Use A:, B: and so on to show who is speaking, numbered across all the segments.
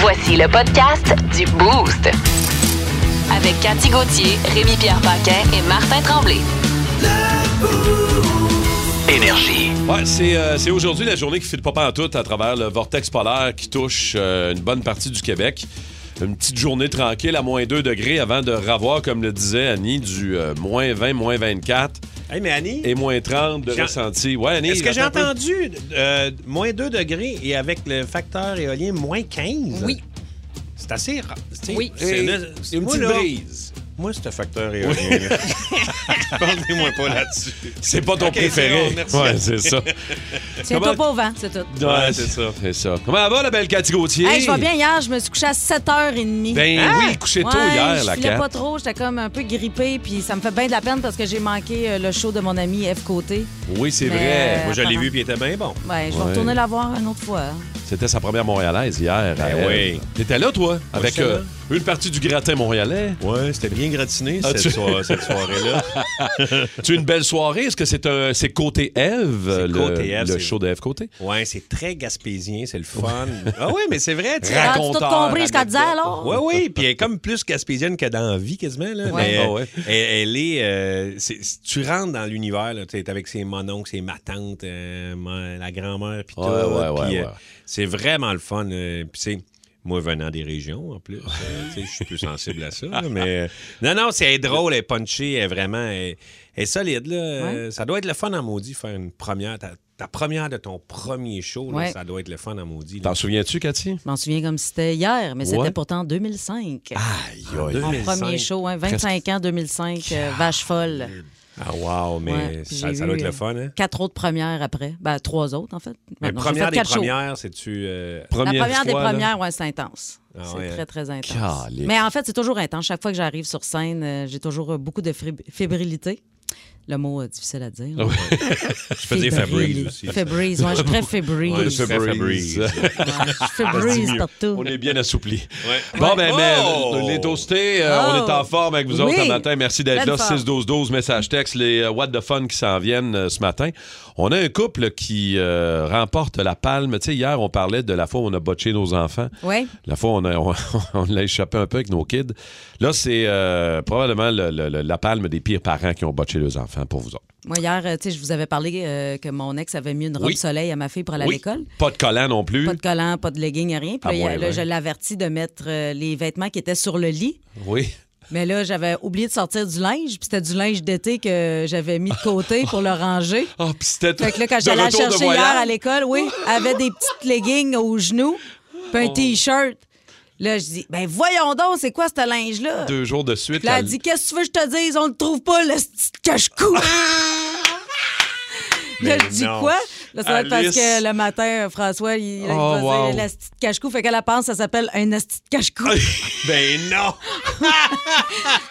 A: Voici le podcast du Boost. Avec Cathy Gauthier, Rémi-Pierre Paquin et Martin Tremblay.
B: Énergie.
C: Ouais, c'est euh, c'est aujourd'hui la journée qui file pas en tout à travers le vortex polaire qui touche euh, une bonne partie du Québec. Une petite journée tranquille à moins 2 degrés avant de ravoir, comme le disait Annie, du euh, moins 20, moins 24
D: Hey, mais Annie,
C: et moins 30 de
D: Jean-
C: ressenti. Ouais, Annie,
D: est-ce que j'ai
C: attends un peu.
D: entendu euh, moins 2 degrés et avec le facteur éolien moins 15?
E: Oui.
D: C'est assez rare. tu sais,
E: Oui.
D: c'est
C: Hey,
D: là- c'est-
C: une
D: moi,
C: petite
D: là,
C: brise.
D: Moi, c'est un facteur éolien. là. Parlez-moi pas là-dessus.
C: C'est pas ton
D: Ok, c'est
C: préféré.
D: bon, merci.
C: Ouais, c'est ça.
E: Tiens-toi pas au vent, c'est tout.
C: Ouais, c'est ça. C'est ça. Comment va la belle Cathy Gauthier?
E: Hey, je vais bien hier, je me suis couchée à 7h30.
C: Ben oui, couché tôt
E: Ouais,
C: hier, la
E: Je filais
C: Cat.
E: pas trop, j'étais comme un peu grippée, puis ça me fait bien de la peine parce que j'ai manqué euh, le show de mon ami F. Côté.
C: Oui, c'est
E: Mais-
C: vrai.
D: Moi, je l'ai vu puis il était bien bon.
E: Ben, je vais
C: Ouais.
E: retourner la voir une autre fois.
C: C'était sa première montréalaise hier. à elle.
D: Ben oui.
C: T'étais là, toi, avec
D: j'étais
C: euh,
D: là.
C: une partie du gratin montréalais.
D: Ouais, c'était bien gratiné
C: Ah,
D: cette,
C: tu-
D: soir- cette soirée-là.
C: tu as une belle soirée. Est-ce que c'est un, c'est côté Eve,
D: C'est
C: le,
D: côté Ève,
C: le
D: c'est-
C: show de Eve côté?
D: ouais, c'est très gaspésien, c'est le fun. ah oui, mais c'est vrai.
C: Raconte.
D: tu-
E: tu tout
C: Raconteur,
E: compris ce qu'elle disait, alors?
D: Oui, oui, puis elle est comme plus gaspésienne que dans la vie, quasiment. Là.
E: Ouais.
D: Mais,
C: Ah
D: euh,
C: ouais.
D: elle, elle est. euh, c'est- si tu rentres dans l'univers, là, tu es avec ses mononcles, ses matantes, euh, la grand-mère, puis
C: Ouais,
D: tout.
C: ouais, ouais,
D: puis, euh,
C: ouais.
D: C'est vraiment le fun. euh, puis c'est. Moi, venant des régions, en plus, euh, tu sais, je suis plus sensible à ça. là, mais euh, non, non, c'est elle est drôle, elle est punchée, elle est vraiment elle, elle est solide. Là. Euh, Ça doit être le fun en maudit, faire une première, ta, ta première de ton premier show. là,
E: Ouais.
D: ça doit être le fun en maudit. là.
C: T'en souviens-tu, Cathy?
E: Je m'en souviens comme si c'était hier, mais
C: Ouais. Ah,
E: c'était pourtant 2005.
C: Aïe, aïe.
E: Mon
D: 2005.
E: premier show, hein, 25 ans, 2005, euh, vache folle.
D: Ah, wow, mais
E: Ouais, puis
D: ça,
E: j'ai
D: ça doit
E: eu,
D: être le
E: euh,
D: fun, hein?
E: Quatre autres premières après. Ben, trois autres, en fait.
D: Mais
E: Ben, non, j'ai
D: première
E: fait
D: des
E: quatre shows.
D: premières, c'est-tu. euh,
E: La première des
C: fois, là.
E: premières, ouais, c'est intense.
D: Ah
E: c'est
D: ouais, hein?
E: très, très intense.
C: Calique.
E: Mais en fait, c'est toujours intense. Chaque fois que j'arrive sur scène, euh, j'ai toujours euh, beaucoup de frib- fébrilité. Le mot euh, difficile à dire.
C: Ah ouais.
E: Je
D: peux dire fébrile aussi.
E: Fébrise, ouais, je suis très fébrile.
D: Ouais,
E: Ouais,
D: le
E: je suis
D: fébrile.
E: fébrile
C: On
E: partout.
C: est bien assoupli.
D: Ouais.
C: Bon, ben,
D: Oh!
C: mais, euh, les toastés, euh,
E: Oh!
C: on est en forme avec vous autres
E: Oui.
C: ce matin. Merci d'être là.
E: Pleine forme.
C: 6-12-12, message texte, les euh, What the Fun qui s'en viennent euh, ce matin. On a un couple qui euh, remporte la palme. Tu sais, hier, on parlait de la fois où on a botché nos enfants.
E: Oui,
C: La fois, on, a- on, on l'a échappé un peu avec nos kids. Là, c'est euh, probablement le- le- le- la palme des pires parents qui ont botché leurs enfants pour vous autres.
E: moi, hier, euh, tu sais, je vous avais parlé euh, que mon ex avait mis une robe
C: Oui.
E: soleil à ma fille pour aller
C: Oui.
E: à l'école.
C: Pas de collant non plus.
E: Pas de collant, pas de legging, rien.
C: À
E: Puis là,
C: moins
E: là,
C: vingt.
E: je l'ai averti de mettre euh, les vêtements qui étaient sur le lit.
C: Oui.
E: Mais là, j'avais oublié de sortir du linge, puis c'était du linge d'été que j'avais mis de côté pour le ranger.
C: Ah, puis c'était
E: Fait que là, quand
C: de
E: j'allais la
C: retour de
E: chercher hier
C: voyage.
E: à l'école, oui, elle avait des petites leggings aux genoux, puis un
C: Oh.
E: T-shirt. Là, je dis, ben voyons donc, c'est quoi ce linge-là?
C: Deux jours de suite.
E: Puis là,
C: elle-
E: elle dit, qu'est-ce que tu veux que je te dise? On le trouve pas, le petit cache-cou! Là, je dis
D: non.
E: quoi? Là, ça va être parce
C: Alice.
E: que le matin, François, il, il
C: Oh,
E: va dire
C: wow.
E: la petite cache-cou. Fait qu'elle elle pense que ça s'appelle un petite cache-cou.
D: Ben non!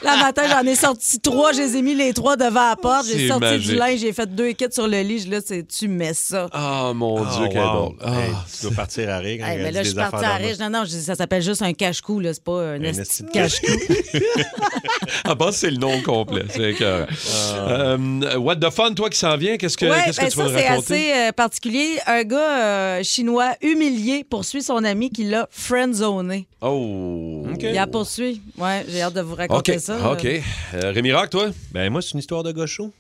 E: Le matin, j'en ai sorti trois. Je les ai mis les trois devant la porte.
C: C'est
E: J'ai sorti
C: magique.
E: du linge. J'ai fait deux kits sur le lit. Je, là, c'est- tu mets ça.
C: Ah, mon Dieu,
D: Oh,
C: quelle
D: wow.
C: drôle. Ah.
D: Hey, tu dois partir à rire quand
E: Hey,
D: elle
E: mais
D: dit
E: là, je
D: des
E: suis partie
D: affaires
E: à
D: de
E: riche. Non, non, je dis, ça s'appelle juste un cache-cou, là. C'est pas un,
D: même. Un
E: esti de
D: esti de
E: cache
C: Ah, bah, c'est le nom complet. C'est écœurant. Euh, what the fun, toi qui s'en viens, qu'est-ce que,
E: Oui,
C: qu'est-ce que tu vas
E: ben ça,
C: nous
E: c'est
C: raconter?
E: assez euh, particulier. Un gars euh, chinois humilié poursuit son ami qui l'a friendzoné.
C: Oh. OK.
E: Il a poursuit. Ouais, j'ai hâte de vous raconter ça. là.
C: OK. Euh, Rémi Rock, toi?
D: Ben moi, c'est une histoire de gaucho.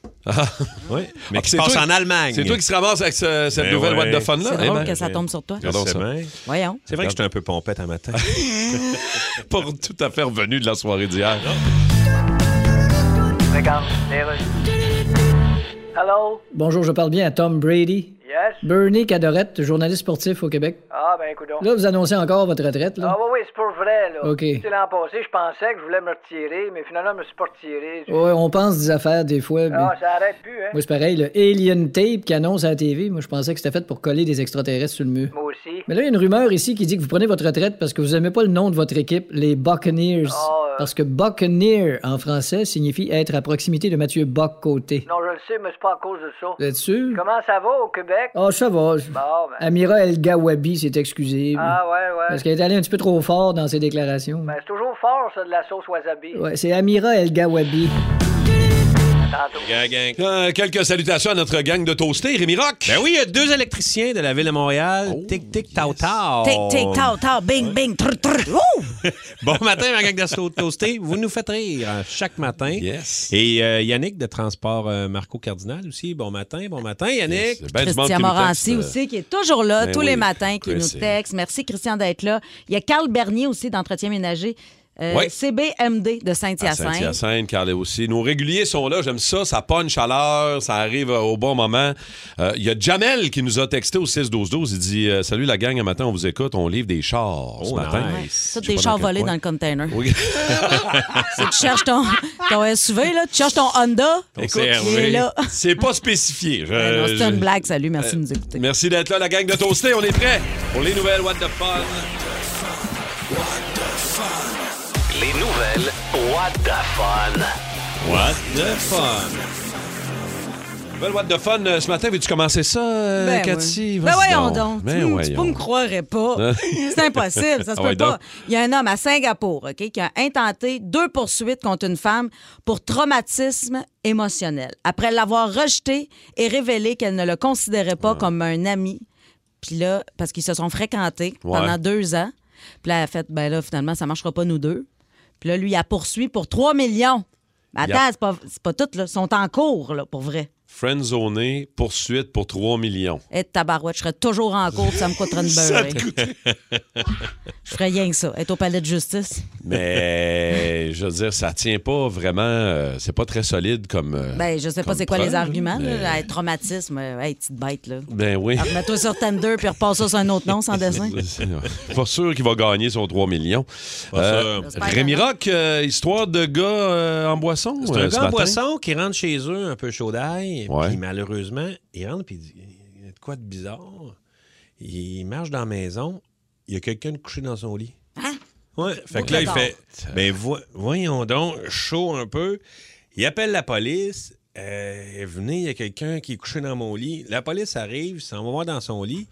D: Ouais. Mais
C: Ah,
D: qui
C: c'est
D: se passe
C: toi-
D: en Allemagne.
C: C'est toi qui se ramasse avec ce- cette
D: Ben
C: nouvelle
D: ouais.
C: What the Fun-là?
E: C'est
C: Eh
E: drôle
C: ben,
E: que ça tombe sur toi.
D: Je
C: Pardon,
D: sais
C: ça.
D: bien.
E: Voyons.
D: C'est vrai que j'étais un peu pompette un matin.
C: Pour tout à fait revenu de la soirée d'hier.
F: Regarde, les rues. Hello?
G: Bonjour, je parle bien à Tom Brady.
F: Yes?
G: Bernie Cadorette, journaliste sportif au Québec.
F: Ah, ben, écoute
G: Là, vous annoncez encore votre retraite,
F: Ah,
G: là?
F: oui, oui, c'est pour vrai, là.
G: OK.
F: Tu sais, l'an passé, je pensais que je voulais me retirer, mais finalement, je me suis pas retiré. tu sais.
G: Ouais, on pense des affaires des fois, mais...
F: Ah, ça arrête plus, hein?
G: Moi, c'est pareil, le Alien Tape qui annonce à la TV, moi, je pensais que c'était fait pour coller des extraterrestres sur le mur.
F: Moi aussi.
G: Mais là, il y a une rumeur ici qui dit que vous prenez votre retraite parce que vous aimez pas le nom de votre équipe, les Buccaneers.
F: Ah, euh.
G: Parce que Buccaneer, en français, signifie être à proximité de Mathieu Bock-Côté.
F: Non, je le sais, mais c'est pas à cause de ça.
G: Vous êtes sûr?
F: Comment ça va au Québec?
G: Ah, ça va. je-
F: Bon, ben.
G: Amira El-Gawabi s'est excusée.
F: Ah, ouais, Ben, ouais.
G: Parce qu'elle est allée un petit peu trop fort dans ses déclarations.
F: Ben, c'est toujours fort, ça, de la sauce wasabi.
G: Ouais, c'est Amira El Gawabi.
F: tantôt.
D: Gang, gang.
C: Euh, quelques salutations à notre gang de toastés, Rémi Rock.
D: Ben oui, il y a deux électriciens de la ville de Montréal. tic, tic, tau,
C: Oh.
D: tau.
E: Tic, tic, tau, tau, bing, bing, tr, tr. Ouh!
D: Bon matin, ma gang de sau- toastés. Vous nous faites rire hein, chaque matin.
C: Yes.
D: Et euh, Yannick de Transport euh, Marco Cardinal aussi. Bon matin, bon matin, Yannick.
C: C'est ben du monde qui
E: Christian
C: nous
E: Morancy
C: texte, euh,
E: aussi, qui est toujours là
C: Ben
E: tous
C: oui,
E: les matins, qui
C: Chrissy.
E: nous texte. Merci, Christian, d'être là. Il y a Carl Bernier aussi d'Entretien Ménager. euh,
C: Oui.
E: CBMD de
C: à
E: Saint-Hyacinthe.
C: Saint-Hyacinthe, Carl aussi. Nos réguliers sont là, j'aime ça, ça punch à l'heure, ça arrive euh, au bon moment. Euh, Il y a Jamel qui nous a texté au 6-12-12, il dit euh, Salut la gang, un matin on vous écoute, on livre des chars ce
D: Oh,
C: matin.
D: nice.
E: Ouais,
C: Je
E: Toutes
C: sais
E: des
C: pas
E: chars
C: dans quel
E: volés
C: coin.
E: dans le container.
C: Oui.
E: C'est que tu cherches ton, ton SUV, là, tu cherches ton Honda.
D: Écoute,
E: il est là.
C: C'est pas spécifié. Je-
E: Ben non, C'est
C: Euh, je- Euh,
E: une blague, salut, merci de nous écouter.
C: Merci d'être là, la gang de Toasté. On est prêts pour les nouvelles What the Fun.
B: Les nouvelles, what the fun.
C: What the Fun. Nouvelles What the Fun. euh, Ce matin, veux-tu commencer ça, euh,
E: Ben
C: Cathy?
E: oui. Ben
C: Vas-y
E: voyons donc.
C: Ben
E: tu, me- tu
C: voyons.
E: peux me croirais pas. C'est impossible, ça se
C: Ah
E: peut
C: ouais, donc.
E: pas. Il y a un homme à Singapour ok, qui a intenté deux poursuites contre une femme pour traumatisme émotionnel après l'avoir rejeté et révélé qu'elle ne le considérait pas comme un ami. Puis là, parce qu'ils se sont fréquentés pendant
C: Ouais.
E: deux ans. Puis là, elle a fait, ben là, finalement, ça marchera pas nous deux. Puis là, lui, il a poursuivi pour 3 millions. Ben
C: Yep.
E: attends, c'est pas, c'est pas tout, là. Ils sont en cours, là, pour vrai.
C: Friendzoné, poursuite pour 3 millions.
E: Et Eh, tabarouette, je serais toujours en cours, ça me coûterait une beurre. Je ferais rien que ça, être au palais de justice.
C: Mais je veux dire, ça tient pas vraiment. euh, c'est pas très solide comme. euh,
E: Ben, je sais pas
C: comme
E: c'est quoi les
C: preuve,
E: arguments, là,
C: mais-
E: là, être traumatisme, euh, hey, petite bête, là.
C: Ben oui.
D: Ah,
E: Alors, Mets-toi sur Tinder puis repasse ça sur un autre nom sans dessin.
C: pas sûr qu'il va gagner son 3 millions. Euh,
E: sûr.
C: Rémi Rock, euh, histoire de gars euh, en boisson.
D: C'est
C: euh,
D: un
C: ce
D: gars en
C: matin.
D: boisson qui rentre chez eux un peu chaud d'ail.
C: Ouais.
D: Puis malheureusement, il rentre puis il dit Il y a de quoi de bizarre. Il marche dans la maison, il y a quelqu'un de couché dans son lit.
E: Hein?
D: Ouais. Fait que là, il
E: d'or.
D: fait Ben vo- voyons donc, chaud un peu. Il appelle la police. Euh, venez, il y a quelqu'un qui est couché dans mon lit. La police arrive, il s'en va voir dans son lit.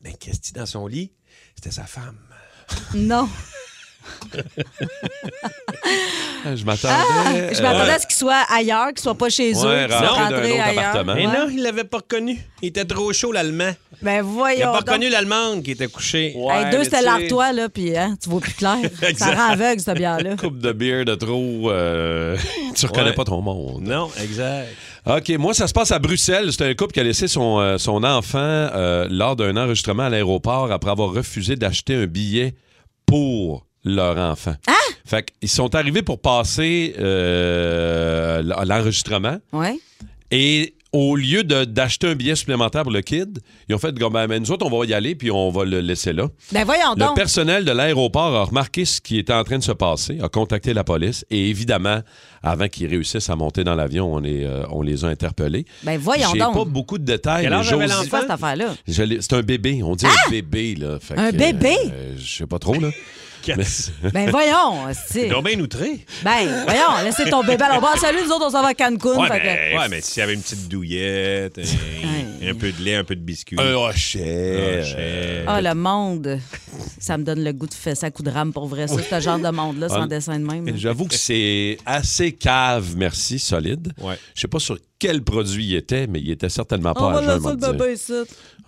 D: Ben, qu'est-ce qu'il y a dans son lit? C'était sa femme.
E: Non.
C: Je m'attendais.
E: Ah!
D: Ah!
E: Je m'attendais
C: euh,
E: à ce qu'il soit ailleurs, qu'il soit pas chez
C: Ouais,
E: eux, qu'il
C: rentré
E: soit
C: d'un
E: rentré
C: autre
E: ailleurs.
C: appartement.
D: Mais
E: Ouais.
D: Ben non, il l'avait pas reconnu. Il était trop chaud, l'allemand.
E: Ben
D: Il n'a
C: oh,
E: voyons.
D: pas
E: donc.
D: reconnu l'allemande qui était couchée.
E: Hey,
C: Ouais,
E: deux,
C: mais
E: c'était
C: tu sais,
E: l'artois, là, puis hein, tu vois plus clair. ça rend aveugle, cette bière-là.
C: Coupe de bière de trop. euh, tu reconnais
D: Ouais.
C: pas ton monde.
D: Non, exact.
C: OK, moi, ça se passe à Bruxelles. C'est un couple qui a laissé son, euh, son enfant euh, lors d'un enregistrement à l'aéroport après avoir refusé d'acheter un billet pour leur enfant. Ah! Fait qu'ils sont arrivés pour passer euh, l- l'enregistrement
E: Ouais.
C: et au lieu de- d'acheter un billet supplémentaire pour le kid, ils ont fait comme, ben, ben, nous autres, on va y aller puis on va le laisser là.
E: Ben voyons
C: Le
E: donc.
C: personnel de l'aéroport a remarqué ce qui était en train de se passer, a contacté la police et évidemment, avant qu'ils réussissent à monter dans l'avion, on, les, euh, on les a interpellés.
E: Ben voyons
C: J'ai pas
E: donc.
C: beaucoup de détails.
D: Quel
C: mais
D: âge avait
C: j'ose-
E: C'est quoi cette affaire-là?
C: je l'ai- C'est un bébé, on dit un bébé. Là. Fait
E: Ah! Un
C: que,
E: bébé?
C: euh, je sais pas trop. là. Mais-
E: Ben voyons, c'est.
D: Donc bien outré.
E: Ben, voyons, laissez ton bébé. Alors, bon, salut, nous autres, on s'en va à Cancun.
D: Ouais, ben,
E: fait que-
D: mais, ouais, mais s'il y avait une petite douillette, un, un peu de lait, un peu de biscuit.
C: Euh, un rocher.
D: Euh,
E: Ah, le monde. Ça me donne le goût de fesser à coup de rame pour vrai. Ça, ce genre de monde-là, sans
C: Ah,
E: dessin de même. là.
C: J'avoue que c'est assez cave, merci, solide.
D: Ouais.
C: Je sais pas sur quel produit il était, mais il était certainement pas
E: On va
C: à jeun,
E: laisser
C: m'en
E: le
C: dire.
E: bébé ici.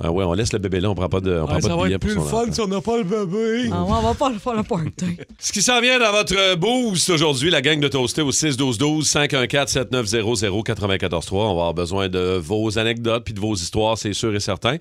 C: Ah ouais, on laisse le bébé là, on prend pas de, on prend pas de billet pour son enfant.
D: on n'a pas le bébé.
E: Ah, ouais, on va pas le faire le party.
C: Ce qui s'en vient dans votre boost aujourd'hui, la gang de Toasté au 612-12-514-7900-943. On va avoir besoin de vos anecdotes puis de vos histoires, c'est sûr et certain.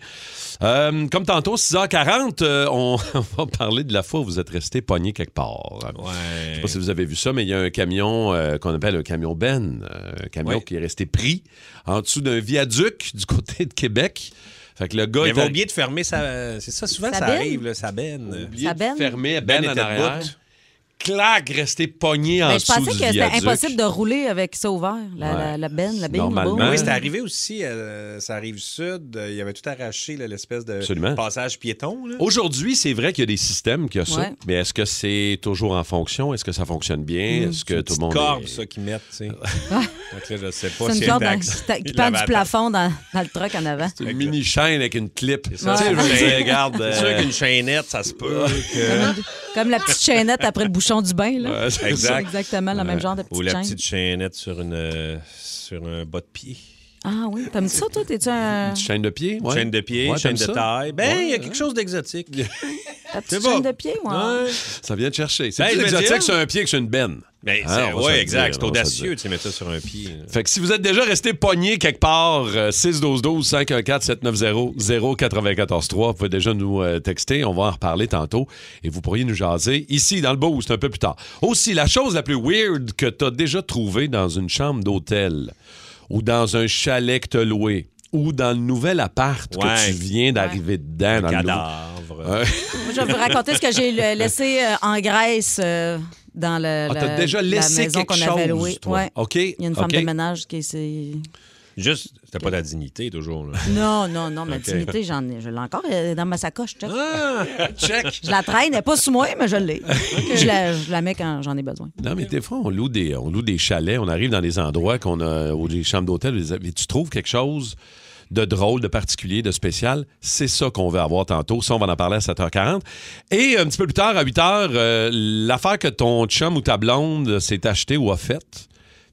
C: Euh, comme tantôt, 6h40, euh, on va parler de la fois où vous êtes resté pogné quelque part. Je sais
D: Ouais.
C: pas si vous avez vu ça, mais il y a un camion euh, qu'on appelle un camion Ben, euh, un camion
D: Oui.
C: qui est resté pris en dessous d'un viaduc du côté de Québec. Fait que le gars est
D: Il avait
C: arri-
D: oublié de fermer sa. C'est ça, souvent,
E: Sa
D: ça
E: benne?
D: arrive, là, sa benne.
C: oublié
E: Sa
C: de
E: benne?
C: fermer
D: Ben
C: Ben, en
D: était
C: arrière.
D: debout.
C: Clac, resté pogné en
E: Mais Ben, je
C: dessous
E: pensais
C: du
E: que c'était
C: viaduc.
E: impossible de rouler avec ça ouvert. La, la, la benne, la benne.
C: Normalement.
E: bon.
D: Ah Oui, c'est arrivé aussi, euh, ça arrive sud. euh, il avait tout arraché, là, l'espèce de
C: Absolument.
D: passage piéton. là.
C: Aujourd'hui, c'est vrai qu'il y a des systèmes qui ont ça,
E: Ouais.
C: mais est-ce que c'est toujours en fonction? Est-ce que ça fonctionne bien?
E: Hmm.
C: Est-ce que tout le monde.
D: corbe,
C: est-
D: ça, qu'ils mettent, tu sais. Donc là, je sais pas
E: C'est
D: si
E: une
D: elle
E: corde dans-
D: taxe.
E: qui
D: Il
E: pend
D: l'avait
E: du
D: à
E: plafond dans, dans le truck en avant.
C: C'est une mini chaîne avec une clip. Tu sais,
E: Ouais.
C: je veux dire, regarde.
D: C'est
C: euh,
D: sûr qu'une chaînette, ça se peut. que-
E: Comme une, Comme la petite chaînette après le bouchon du bain. Là.
C: Ouais, c'est
E: C'est
D: exact. Euh,
E: exactement le même genre de
D: Ou
E: petite
D: la
E: chaîne.
D: petite chaînette sur, une, euh, sur un bas de pied.
E: Ah oui, t'aimes ça, toi? T'es-tu un...
C: Petite chaîne de pied, ouais.
D: Chaîne de pied,
C: Ouais,
D: chaîne de
C: t'aimes ça?
D: taille. Ben, il y a quelque chose d'exotique.
E: La petite
D: pas.
E: chaîne de pied, moi?
D: Ouais.
C: Ça vient de chercher. C'est
D: Ben,
C: plus
D: je veux
C: exotique
D: dire-
C: sur un pied que sur une benne.
D: Ben,
C: Hein,
D: c'est-
C: on va se
D: ouais,
C: le
D: exact.
C: dire,
D: C'est
C: on va se le
D: audacieux,
C: dire.
D: tu sais, mettre ça sur un pied. là.
C: Fait que si vous êtes déjà resté pogné quelque part, euh, 612-12-514-790-0943, vous pouvez déjà nous euh, texter. On va en reparler tantôt et vous pourriez nous jaser ici, dans le boost, un peu plus tard. Aussi, la chose la plus weird que tu as déjà trouvée dans une chambre d'hôtel ou dans un chalet que tu loué ou dans le nouvel appart que
D: Ouais.
C: tu viens d'arriver dedans. dans le nouveau-
D: Cadavre.
C: Euh,
E: Moi, je vais vous raconter ce que j'ai euh, laissé euh, en Grèce euh, dans le,
C: ah,
E: la-
C: t'as déjà
E: la
C: laissé
E: maison
C: quelque
E: qu'on avait
C: chose,
E: louée.
C: toi.
E: Ouais.
C: OK?
E: Il y a une femme
C: OK.
E: de ménage qui s'est...
D: Juste, t'as pas la dignité, toujours. Là.
E: Non, non, non, ma
D: OK.
E: dignité, j'en ai. Je l'ai encore euh, dans ma sacoche, check.
D: Ah, check.
E: Je la traîne, elle est pas sous moi, mais je l'ai. Je, la, je la mets quand j'en ai besoin.
C: Non, mais des fois, on loue des, on loue des chalets, on arrive dans des endroits qu'on a, ou des chambres d'hôtel, et des- et tu trouves quelque chose de drôle, de particulier, de spécial. C'est ça qu'on va avoir tantôt. Ça, on va en parler à 7h40. Et un petit peu plus tard, à 8h, euh, l'affaire que ton chum ou ta blonde s'est achetée ou a faite,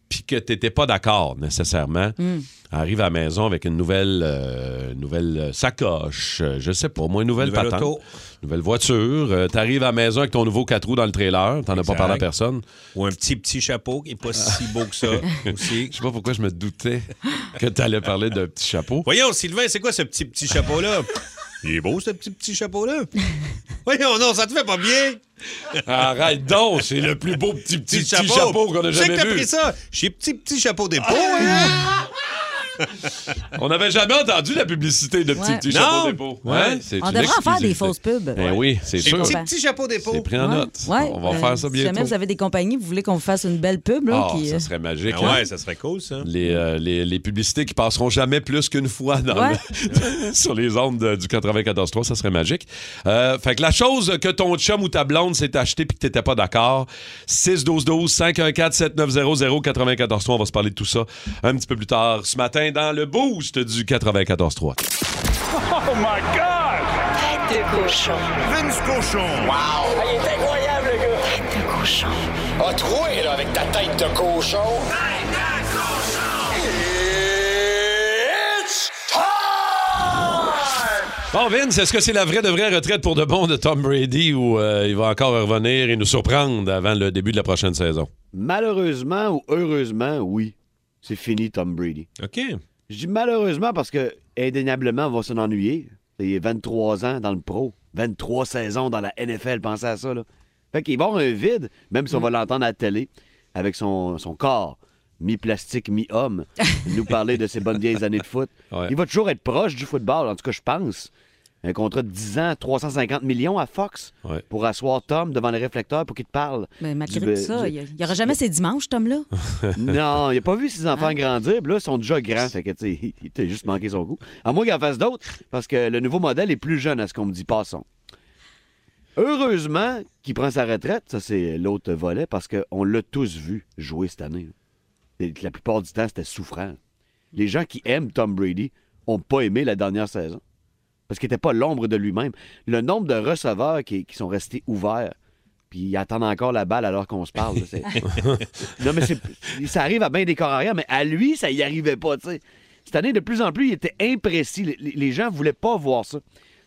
C: puis que tu n'étais pas d'accord nécessairement, arrive à la maison avec une nouvelle, euh, nouvelle sacoche, euh, je sais pas, moi, une nouvelle,
D: Nouvelle
C: patente,
D: auto.
C: nouvelle voiture. tu arrives à la maison avec ton nouveau 4 roues dans le trailer, t'en as pas
D: Exact.
C: parlé à personne.
D: Ou un petit, petit chapeau qui est pas si beau que ça aussi.
C: Je sais pas pourquoi je me doutais que tu allais parler d'un petit chapeau.
D: Voyons, Sylvain, c'est quoi ce petit, petit chapeau-là? Il est beau, ce petit, petit chapeau-là. Voyons, non, ça te fait pas bien.
C: Arrête donc, c'est le plus beau petit petit, petit chapeau qu'on a
D: Je sais
C: jamais
D: que t'as
C: vu. Ah,
D: pris ça. Chez petit, petit chapeau dépôt. hein?
C: On n'avait jamais entendu la publicité de petit
E: Ouais.
C: petit
D: Non.
C: chapeau dépôt. Ouais, c'est
E: On
C: une
E: devrait en faire des
C: exclusivité.
E: fausses pubs.
C: Ben oui, c'est
D: Chez
C: sûr.
D: petit, petit chapeau dépôt.
C: C'est pris en
E: Ouais.
C: note.
E: Ouais,
C: On va
E: euh,
C: faire ça
E: Si jamais
C: bientôt.
E: vous avez des compagnies, vous voulez qu'on vous fasse une belle pub, là,
C: Ah,
E: qui,
C: ça
E: euh,
C: serait magique.
D: Ah
C: hein?
D: ouais, ça serait cool, ça.
C: les, euh, les, les publicités qui passeront jamais plus qu'une fois dans
E: Ouais.
C: le- sur les ondes de- du 94.3, ça serait magique. Euh, fait que la chose que ton chum ou ta blonde s'est acheté puis que t'étais pas d'accord, 612-12-514-7900-94.3, on va se parler de tout ça un petit peu plus tard ce matin dans le boost du 94.3.
A: Tête de cochon.
H: Vince Cochon.
I: Ah, il est incroyable, le gars!
A: Tête de cochon.
I: A troué, là, avec ta tête de cochon. Tête de cochon! It's time!
C: Bon, Vince, est-ce que c'est la vraie de vraie retraite pour de bon de Tom Brady ou euh, il va encore revenir et nous surprendre avant le début de la prochaine saison?
J: Malheureusement ou heureusement, oui, c'est fini Tom Brady.
D: OK.
J: Je dis malheureusement parce que indéniablement, on va s'en ennuyer. Il a 23 ans dans le pro, 23 saisons dans la NFL, pensez à ça. Là. Fait qu'il va avoir un vide, même si on va
E: Mm.
J: l'entendre à la télé, avec son, son corps, mi-plastique, mi-homme, nous parler de ses bonnes vieilles années de foot.
C: Ouais.
J: Il va toujours être proche du football, en tout cas, je pense. Un contrat de 10 ans, 350 millions à Fox
C: Ouais.
J: pour asseoir Tom devant le réflecteur pour qu'il te parle.
E: ben, malgré
J: du-
E: tout ça,
J: du-
E: il n'y aura jamais ces dimanches, Tom, là.
J: non, il a pas vu ses enfants grandir. puis là, ils sont déjà grands. Fait que, tu sais, il t'a juste manqué son coup. À moins qu'il en fasse d'autres, parce que le nouveau modèle est plus jeune, à ce qu'on me dit. Passons. Heureusement qu'il prend sa retraite. Ça, c'est l'autre volet, parce qu'on l'a tous vu jouer cette année. là. Et que La plupart du temps, c'était souffrant. Les gens qui aiment Tom Brady n'ont pas aimé la dernière saison. Parce qu'il n'était pas l'ombre de lui-même. Le nombre de receveurs qui, qui sont restés ouverts, puis ils attendent encore la balle alors qu'on se parle. là, c'est- non, mais c'est- ça arrive à bien des corps arrière, mais à lui, ça y arrivait pas, tu sais. Cette année, de plus en plus, il était imprécis. Les, les gens voulaient pas voir ça.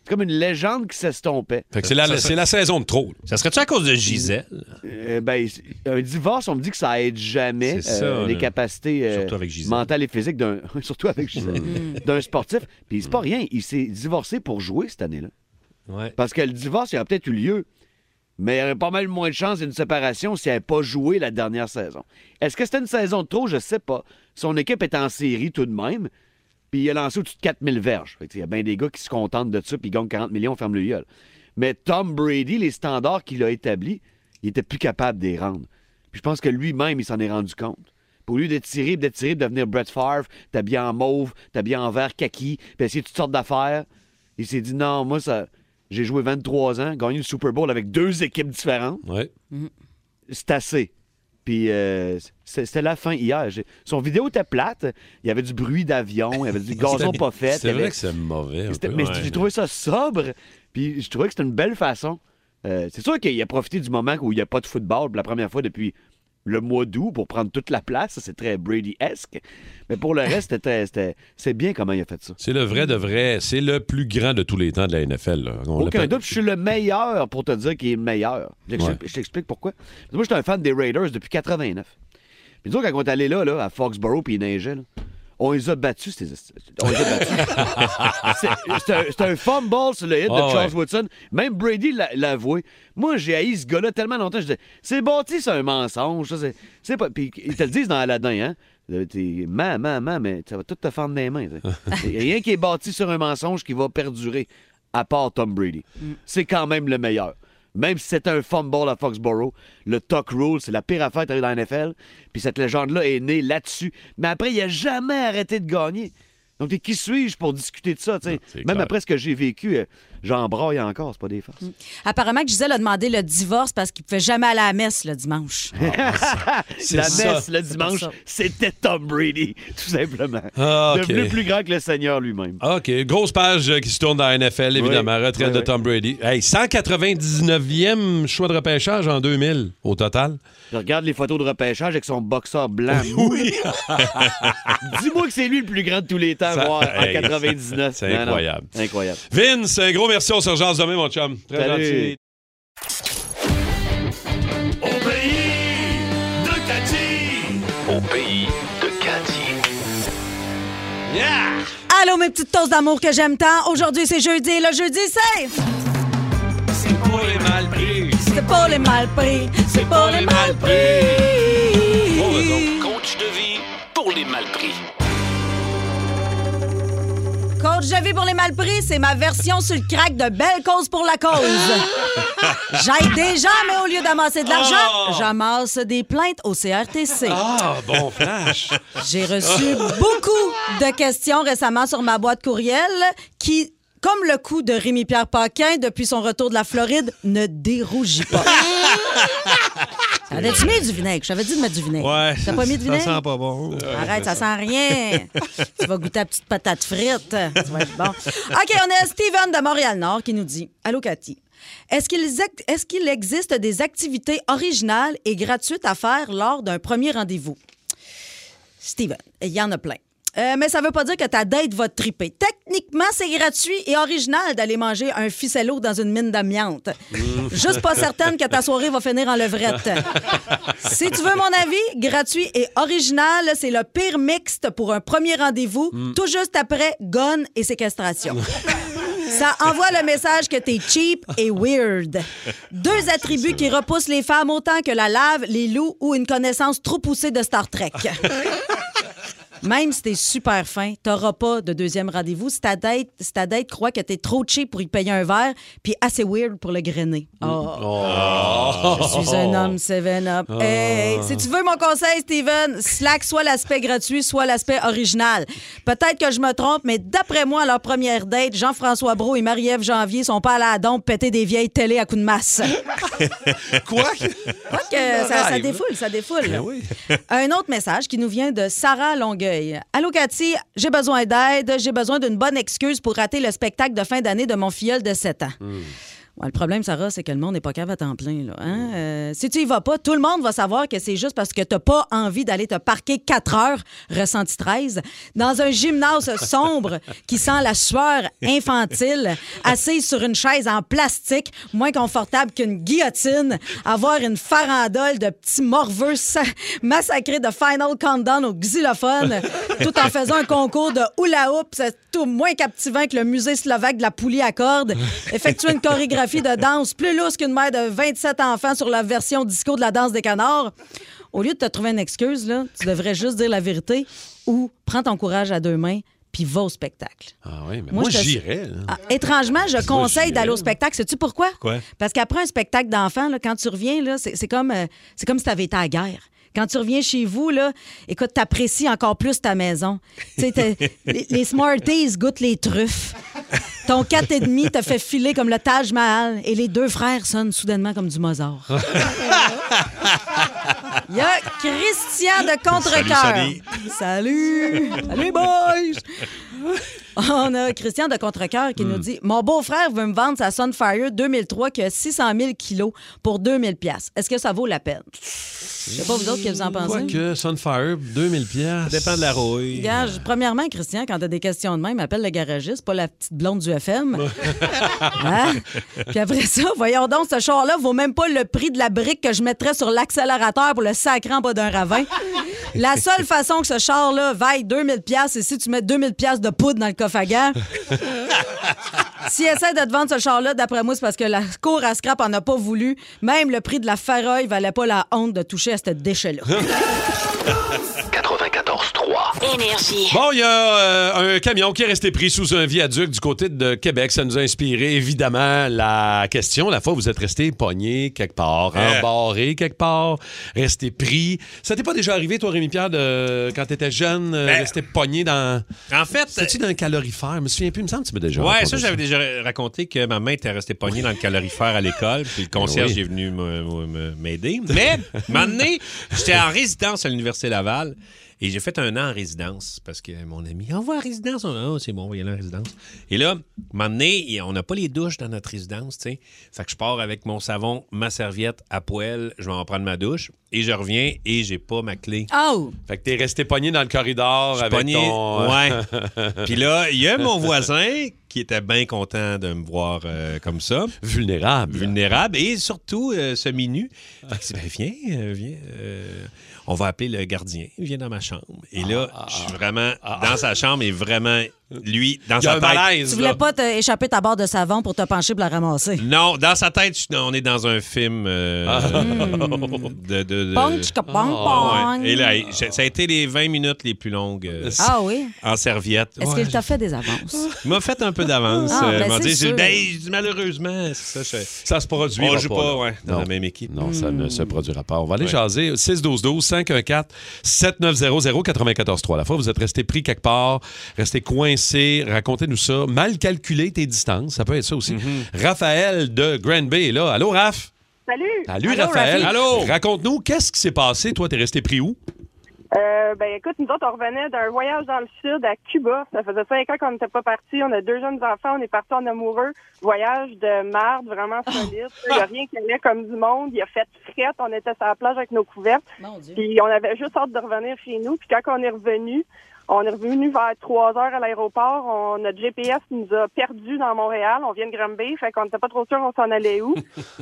J: C'est comme une légende qui s'estompait.
C: Fait que c'est la, c'est la saison de trop.
D: Ça serait-tu à cause de Gisèle?
J: Euh, ben, c'est- un divorce, on me dit que ça aide jamais
D: C'est ça,
J: euh, les
D: là.
J: capacités euh,
D: Surtout avec Gisèle. Mm.
J: mentales et physiques d'un surtout avec Gisèle, d'un sportif. Puis c'est pas rien, il s'est divorcé pour jouer cette année-là.
D: Ouais.
J: Parce que le divorce, il aurait peut-être eu lieu, mais il y aurait pas mal moins de chances d'une séparation s'il n'avait pas joué la dernière saison. Est-ce que c'était une saison de trop? Je sais pas. Son équipe est en série tout de même, puis il a lancé au-dessus de 4000 verges. Fait que, Il y a bien des gars qui se contentent de ça, puis ils gagnent 40 millions, ferme le gueule. Mais Tom Brady, les standards qu'il a établis, il était plus capable de les rendre. Puis je pense que lui-même, il s'en est rendu compte. Pour lui, d'être tiré, puis d'être tiré, puis devenir Brett Favre, t'habiller en mauve, t'habiller en vert, kaki, puis essayer toutes sortes d'affaires, il s'est dit non, moi, ça. J'ai joué 23 ans, gagné le Super Bowl avec deux équipes différentes.
C: Ouais.
J: C'est assez. Puis euh, c'est- c'était la fin hier. J'ai- Son vidéo était plate. Il y avait du bruit d'avion, il y avait du gazon pas fait. il y
C: C'est vrai
J: avait-
C: que c'est mauvais. un
J: c'était-
C: peu,
J: Mais
C: ouais.
J: j'ai trouvé ça sobre. Puis je trouvais que c'était une belle façon Euh, c'est sûr qu'il a profité du moment où il n'y a pas de football pour la première fois depuis le mois d'août pour prendre toute la place. Ça, C'est très Brady-esque. Mais pour le reste, c'était- c'était- c'est bien comment il a fait ça.
C: C'est le vrai de vrai. C'est le plus grand de tous les temps de la NFL. là. On
J: Aucun
C: l'appelle-
J: doute, je suis le meilleur pour te dire qu'il est le meilleur. Je t'explique- je t'explique pourquoi. Parce que Moi, j'étais un fan des Raiders depuis 89. Puis disons, quand on est allé là, là, à Foxborough, puis il neigeait, là, on les a battus, ces esti- On les a battus. C'est- c'est un- c'est un, fumble sur le hit
C: Ah
J: de Charles
C: ouais.
J: Woodson. Même Brady l'a l'a avoué. Moi, j'ai haï ce gars-là tellement longtemps. Je disais, c'est bâti, c'est un mensonge. ça, c'est- c'est pas... Puis ils te le disent dans Aladdin, hein? Là, T'es man, man, man, mais ça va tout te fendre des mains. t'sais. Y a Rien qui est bâti sur un mensonge qui va perdurer, à part Tom Brady. C'est quand même le meilleur. Même si c'était un fumble à Foxborough, le tuck rule, c'est la pire affaire que t'as eu dans la NFL. Puis cette légende-là est née là-dessus. Mais après, il a jamais arrêté de gagner. Donc, t'es- qui suis-je pour discuter de ça? t'sais?
C: c'est
J: Même
C: clair.
J: après ce que j'ai vécu, euh, j'en braille encore, c'est pas des farces.
E: Apparemment que Gisèle a demandé le divorce parce qu'il ne pouvait jamais aller à la messe le dimanche.
C: C'est
J: La
C: ça.
J: messe le dimanche,
E: ça.
J: c'était Tom Brady, tout simplement.
C: Ah, ok.
J: Devenu plus grand que le Seigneur lui-même.
C: Ah, OK. Grosse page euh, qui se tourne dans la NFL, évidemment.
J: Oui,
C: Retraite
J: oui,
C: de
J: oui.
C: Tom Brady. Hey, 199e choix de repêchage en 2000 au total.
J: Je regarde les photos de repêchage avec son boxeur blanc. Oui! Dis-moi que c'est lui le plus grand de tous les temps,
C: Ça-
J: voir,
C: Hey,
J: en 99.
C: c'est
J: Non, non.
C: incroyable.
J: Incroyable.
C: Vince, un gros merci. On se rejoint demain, mon chum. Très
J: Salut.
C: gentil.
B: Au pays de Cathy.
E: Allô, mes petites toasts d'amour que j'aime tant. Aujourd'hui, c'est jeudi. Le jeudi, c'est. C'est pour les mal pris. C'est pour les mal pris. C'est pour les mal pris.
B: Oh, Coach de vie pour les mal pris.
E: Coach de vie pour les mal pris, c'est ma version sur le crack de Belle Cause pour la cause. J'aide des gens, mais au lieu d'amasser de l'argent, j'amasse des plaintes au CRTC.
C: Ah, bon flash.
E: J'ai reçu beaucoup de questions récemment sur ma boîte courriel qui, comme le coup de Rémi-Pierre Paquin depuis son retour de la Floride, ne dérougit pas. T'avais-tu mis du vinaigre? J'avais dit de mettre du vinaigre.
D: Ouais.
E: T'as pas mis de
D: Ça
E: vinaigre?
D: sent pas bon.
E: Arrête, ça sent rien. tu vas goûter la petite patate frite. Ça va être bon. OK, on a Steven de Montréal-Nord qui nous dit Allô, Cathy. Est-ce qu'il ex- est-ce qu'il existe des activités originales et gratuites à faire lors d'un premier rendez-vous? Steven, il y en a plein. Euh, mais ça veut pas dire que ta date va te triper. Techniquement, c'est gratuit et original d'aller manger un ficello dans une mine d'amiante. Juste pas certaine que ta soirée va finir en levrette. si tu veux mon avis, gratuit et original, c'est le pire mixte pour un premier rendez-vous, tout juste après gun et séquestration. Ça envoie le message que t'es cheap et weird. Deux attributs qui repoussent les femmes autant que la lave, les loups ou une connaissance trop poussée de Star Trek. Même si t'es super fin, t'auras pas de deuxième rendez-vous. Si ta date, si ta date croit que t'es trop cheap pour y payer un verre, puis assez weird pour le grainer. Oh. Je suis un homme 7-up. Hey, si tu veux mon conseil, Steven, slack soit l'aspect gratuit, soit l'aspect original. Peut-être que je me trompe, mais d'après moi, à leur première date, Jean-François Brault et Marie-Ève Janvier sont pas allés à la dompe péter des vieilles télés à coups de masse.
C: Quoi?
E: Quoi que ça, ça défoule, ça défoule. Un autre message qui nous vient de Sarah Longueuil. Allô, Cathy, j'ai besoin d'aide. J'ai besoin d'une bonne excuse pour rater le spectacle de fin d'année de mon filleul de 7 ans. Ouais, le problème, Sarah, c'est que le monde n'est pas capable à temps plein. Là, hein? Euh, si tu y vas pas, tout le monde va savoir que c'est juste parce que t'as pas envie d'aller te parquer 4 heures, ressenti 13, dans un gymnase sombre qui sent la sueur infantile, assise sur une chaise en plastique, moins confortable qu'une guillotine, avoir une farandole de petits morveux sa- massacrés de Final Countdown au xylophone, tout en faisant un concours de hula hoop, c'est tout moins captivant que le musée slovaque de la poulie à cordes, effectuer une chorégraphie de danse plus lousse qu'une mère de 27 enfants sur la version disco de la danse des canards. Au lieu de te trouver une excuse, là, tu devrais juste dire la vérité ou prends ton courage à deux mains puis va au spectacle.
C: Ah oui, mais
E: Moi,
C: moi,
E: je te-
C: j'irais. là.
E: Ah, étrangement, je conseille
C: j'irais.
E: d'aller au spectacle. Sais-tu pourquoi?
D: Pourquoi?
E: Parce qu'après un spectacle d'enfant, là, quand tu reviens, là, c'est, c'est comme, euh, c'est comme si tu avais été à la guerre. Quand tu reviens chez vous, là, écoute, t'apprécies encore plus ta maison. Tu sais, t'es- les, les Smarties goûtent les truffes. Ton 4,5 te fait filer comme le Taj Mahal et les deux frères sonnent soudainement comme du Mozart. Il y a Christian de Contrecoeur.
D: Salut,
E: Salut! Salut, boys! On a Christian de Contrecoeur qui nous dit Mon beau-frère veut me vendre sa Sunfire 2003 qui a 600 000 kilos pour 2000 pièces. Est-ce que ça vaut la peine? Je sais pas vous autres que vous en pensez.
C: Quoique, Sunfire, 2000 pièces.
D: Ça dépend de la rouille.
E: Gage, premièrement, Christian, quand t'as des questions de même, appelle le garagiste, pas la petite blonde du FM. Hein? Puis après ça, voyons donc, ce char-là vaut même pas le prix de la brique que je mettrais sur l'accélérateur pour le sacrer en bas d'un ravin. La seule façon que ce char-là vaille 2000 pièces, c'est si tu mets 2000 pièces de poudre dans le coffre à gants. S'il essaie de te vendre ce char-là, d'après moi, c'est parce que la cour à scrap en a pas voulu. Même le prix de la ferraille valait pas la honte de toucher à ce déchet-là.
B: 94.3.
A: Énergie.
C: Bon, il y a euh, un camion qui est resté pris sous un viaduc du côté de Québec. Ça nous a inspiré, évidemment, la question. La fois où vous êtes resté pogné quelque part,
D: Hein?
C: embarré quelque part, resté pris. Ça t'est pas déjà arrivé, toi, Rémi-Pierre, de, quand t'étais jeune, euh,
D: Ben-
C: rester pogné dans...
D: En fait, euh,
C: C'était-tu dans un calorifère? Je me souviens plus, il me semble que tu m'as déjà
D: Ouais,
C: raconté
D: ça, j'avais déjà raconté que ma main était restée pognée dans le calorifère à l'école, puis le concierge
C: Oui.
D: est venu me- me- me- m'aider. Mais, maintenant, j'étais en résidence à l'Université Laval. Et j'ai fait un an en résidence parce que mon ami, on va en résidence. On- Ah, c'est bon, on va y aller en résidence. Et là, m'emmener, on n'a pas les douches dans notre résidence, tu sais. Fait que je pars avec mon savon, ma serviette à poêle, je vais en prendre ma douche et je reviens et j'ai pas ma clé.
E: Oh!
C: Fait que t'es resté pogné dans le corridor
D: Je suis
C: avec
D: pogné.
C: ton... euh,
D: Ouais. Puis là, il y a mon voisin qui était bien content de me voir euh, comme ça,
C: Vulnérable.
D: vulnérable et surtout euh, semi-nu. Fait qu'il dit, Ben, viens, euh, viens. euh, on va appeler le gardien. Il vient dans ma chambre. Et là,
C: Ah.
D: je suis vraiment dans sa chambre et vraiment, lui, dans
C: Il y a
D: sa
C: un
D: tête.
C: malaise,
E: Tu
C: là.
E: voulais pas t'échapper ta barre de savon pour te pencher pour la
C: Euh,
E: ramasser.
D: Non, dans sa tête, je suis- on est dans un film euh,
C: Ah.
D: de... de- de-
E: Pong, chica, pong,
D: Ah,
E: pong.
D: ouais. Et là, il- ça a été les 20 minutes les plus longues euh,
E: Ah oui?
D: en serviette.
E: Est-ce
D: Ouais,
E: qu'il t'a fait des avances?
D: Il m'a fait un peu d'avance.
E: Ah,
D: euh,
E: ben,
D: il m'a
E: c'est
D: dit, j'ai-
E: sûr.
D: ben, j'ai dit, malheureusement, c'est ça, je-
C: Ça se produira
D: On joue pas,
C: là.
D: ouais, dans la même équipe.
C: Non, ça ne se produira pas. On va aller jaser 6 12 12 514 7900 94 3. La fois, vous êtes resté pris quelque part, resté coincé, racontez-nous ça, mal calculé tes distances, ça peut être ça aussi. Raphaël de Grand Bay est là. Allô Raph.
H: Salut.
C: Salut
E: Allô,
C: Raphaël.
E: Rafi.
C: Allô. Raconte-nous qu'est-ce qui s'est passé, toi t'es resté pris où
H: Euh, ben écoute, nous autres, on revenait d'un voyage dans le sud à Cuba. Ça faisait cinq ans qu'on n'était pas partis. On a deux jeunes enfants. On est partis en amoureux. Voyage de marde, vraiment solide. Il n'y a rien qui allait comme du monde. Il a fait frette. On était sur la plage avec nos couvertes.
E: Mon
J: Euh,
E: Dieu.
H: Puis on avait juste hâte de revenir chez nous. Puis quand on est revenu, on est revenu vers 3 heures à l'aéroport. On, notre GPS nous a perdu dans Montréal. On vient de Granby. Fait qu'on n'était pas trop sûr on s'en allait où.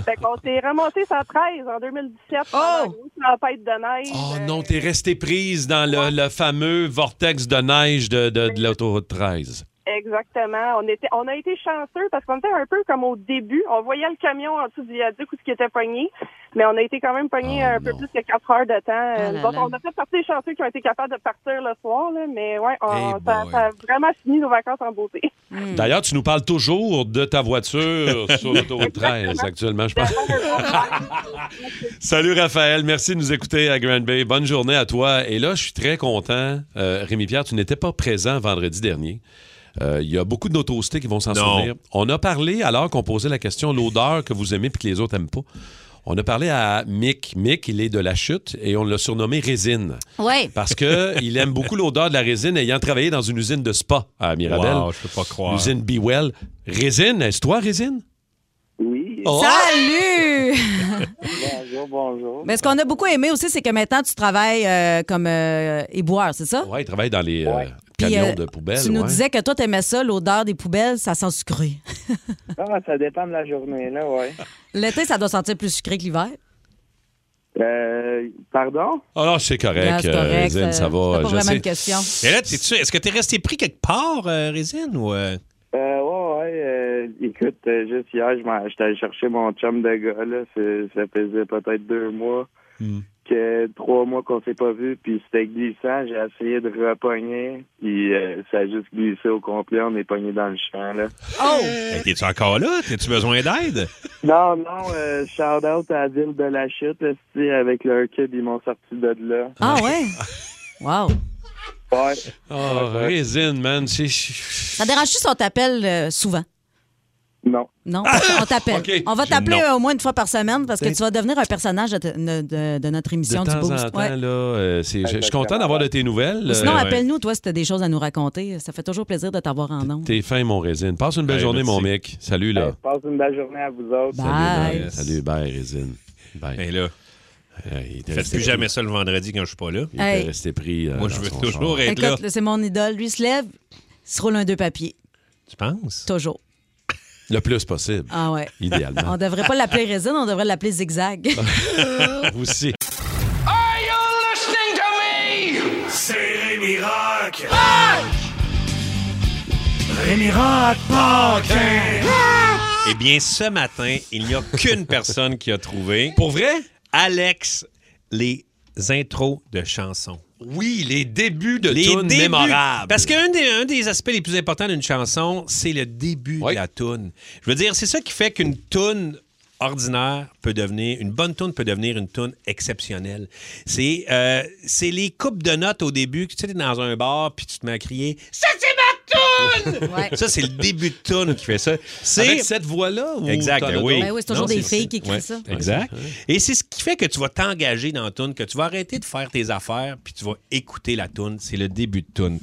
H: fait qu'on s'est remonté 113 en 2017. pendant
E: Oh!
H: une grosse tempête de neige.
C: Oh
H: Euh,
C: non, t'es resté prise dans le, le fameux vortex de neige de, de, de l'autoroute 13.
H: Exactement. On était, on a été chanceux parce qu'on était un peu comme au début. On voyait le camion en dessous du viaduc où ce qui était pogné, mais on a été quand même pogné
C: Ah,
H: un peu
C: non.
H: plus que quatre heures de temps. Euh,
E: Ah là
H: donc,
E: là.
H: on a fait partie des chanceux qui ont été capables de partir le soir, là, mais ouais, on-
D: Hey
H: Oh, ça,
D: Eh boy. Mm.
H: ça a vraiment fini nos vacances en beauté.
C: D'ailleurs, tu nous parles toujours de ta voiture sur l'autoroute 13 actuellement, je pense. Salut Raphaël, merci de nous écouter à Grand Bay. Bonne journée à toi. Et là, je suis très content. Euh, Rémi-Pierre, tu n'étais pas présent vendredi dernier. Euh, Il y a beaucoup de nos toastés qui vont s'en
D: Non.
C: souvenir. On a parlé, alors qu'on posait la question, l'odeur que vous aimez puis que les autres n'aiment pas. On a parlé à Mick. Mick, il est de la chute et on l'a surnommé Résine
E: Oui.
C: parce qu'il aime beaucoup l'odeur de la résine ayant travaillé dans une usine de spa à Mirabel.
D: Wow, je peux pas croire.
C: L'usine Be Well. Résine, est-ce toi, Résine?
I: Oui.
C: Oh!
E: Salut!
I: Bonjour, bonjour.
E: Mais ce qu'on a beaucoup aimé aussi, c'est que maintenant, tu travailles euh, comme euh, éboueur, c'est ça?
C: Ouais, il travaille dans les euh,
I: Ouais.
E: Puis,
C: camions
E: euh,
C: de poubelle.
E: Tu nous
C: ouais.
E: disais que toi, t'aimais ça, l'odeur des poubelles, ça sent sucré.
I: Ah, ça dépend de la journée, là, ouais.
E: L'été, ça doit sentir plus sucré que l'hiver.
I: Euh, pardon?
C: Ah non, c'est correct,
E: Ah, c'est
C: euh,
E: correct,
C: Résine,
E: euh,
C: ça va.
E: C'est pas
C: je
E: vraiment
C: sais.
E: une question.
D: Et là, t'es-tu- est-ce que t'es resté pris quelque part, euh, Résine? Ou, euh?
I: Euh, ouais, ouais. euh, écoute, euh, juste hier, je m'en- j'étais allé chercher mon chum de gars, là. c'est- Ça faisait peut-être deux mois. Que trois mois qu'on s'est pas vu, puis c'était glissant. J'ai essayé de repogner, puis euh, ça a juste glissé au complet. On est pogné dans le champ, là.
D: Hey, T'es-tu encore là? T'as-tu besoin d'aide?
I: Non, non, euh, shout out à la ville de la chute, esti, avec leur kid, ils m'ont sorti de là.
E: Ah ouais? Wow.
I: Ouais.
D: Ah,
C: Oh, Résine, man. c'est-
E: Ça dérange-tu si on t'appelle euh, souvent?
I: Non.
E: Non, on t'appelle.
C: OK.
E: On va t'appeler
C: Non.
E: euh, au moins une fois par semaine parce que
C: Ben-
E: tu vas devenir un personnage de, de- de notre
C: De
E: émission
C: temps
E: du Boost.
C: en temps,
E: Ouais.
C: là, euh, c'est- je je suis content d'avoir de tes nouvelles.
E: Ou Sinon,
C: Euh,
E: appelle-nous, toi, si tu as des choses à nous raconter. Ça fait toujours plaisir de t'avoir en nom.
C: T'es fin, mon résine. Passe une belle
D: Hey,
C: journée,
D: merci.
C: mon mec. Salut, là.
I: Passe une belle journée à vous autres.
E: Bye.
D: Yes.
C: Salut, bye, résine. Bye.
D: Mais Ben là,
C: Hey, il était
D: faites
C: resté
D: plus
C: pris-
D: jamais ça le vendredi quand je suis pas là.
C: Il était
E: Hey.
C: resté pris. euh,
D: Moi, je
C: dans
D: veux
C: son
D: toujours
C: char.
D: être là.
E: Écoute, là, c'est mon idole. Lui se lève, il se roule un deux papiers.
D: Tu penses?
E: Toujours.
C: Le plus possible,
E: Ah ouais.
C: idéalement.
E: On devrait pas l'appeler résine, on devrait l'appeler zigzag.
C: Aussi.
B: C'est Rémi Rock!
D: Eh bien, ce matin, il n'y a qu'une personne qui a trouvé. Pour vrai? Alex, les intros de chansons.
C: Oui, les débuts de
D: les
C: tunes
D: débuts.
C: mémorables.
D: Parce qu'un des, un des aspects les plus importants d'une chanson, c'est le début
C: Oui.
D: de la tune. Je veux dire, c'est ça qui fait qu'une tune ordinaire peut devenir, une bonne tune peut devenir une tune exceptionnelle. C'est euh, c'est les coupes de notes au début, que tu sais, t'es dans un bar, puis tu te mets à crier « Ça, c'est ma tune!
E: Ouais.
D: Ça, c'est le début de tune qui fait ça. C'est
C: Avec cette voix-là ou
D: Exact,
C: t'en as
D: ben oui.
C: d'autres?
E: Ben oui, c'est toujours
D: Non,
E: des filles qui écrivent
D: ouais,
E: ça.
D: Exact. Et c'est ce qui fait que tu vas t'engager dans la toune, que tu vas arrêter de faire tes affaires, puis tu vas écouter la toune. C'est le début de toune.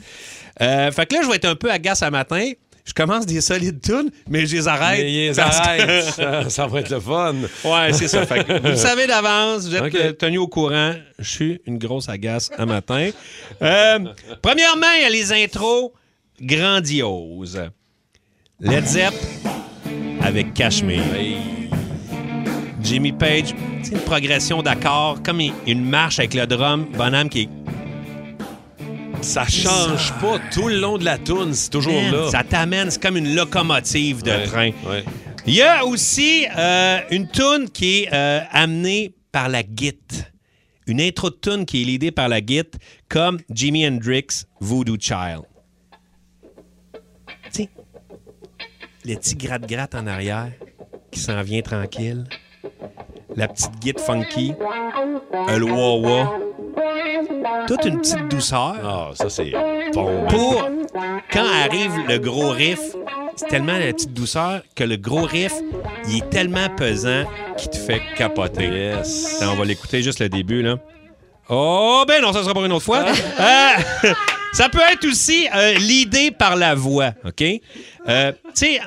D: Euh, fait que là, je vais être un peu agace à matin. Je commence des solides tunes, mais je les arrête.
C: Mais ils
D: parce que-
C: arrêtent. ça, euh, ça va être le fun.
D: Ouais, c'est ça. Fait que vous le savez d'avance, vous êtes
C: Ok.
D: euh, tenus au courant. Je suis une grosse agace à matin. Euh, premièrement, il y a les intros grandioses. Led Zepp avec Cashmere. Jimmy Page, c'est une progression d'accords, comme une- une marche avec le drum. Bonhomme qui est
C: Ça change pas tout le long de la toune, c'est toujours là.
D: Ça t'amène, c'est comme une locomotive de
C: Ouais,
D: train.
C: ouais.
D: Il y a aussi euh, une toune qui est euh, amenée par la guite. Une intro de toune qui est leadée par la guite, comme Jimi Hendrix, Voodoo Child. Tu sais, le petit gratte-gratte en arrière qui s'en vient tranquille. La petite guite funky. Le wawa. Toute une petite douceur
C: Ah, ça, c'est bon.
D: pour quand arrive le gros riff, c'est tellement la petite douceur que le gros riff, il est tellement pesant qu'il te fait capoter.
C: Yes.
D: Attends, on va l'écouter juste le début là. Oh ben non, ça sera pour une autre fois. Euh, ça peut être aussi euh, l'idée par la voix, OK? Euh, tu sais,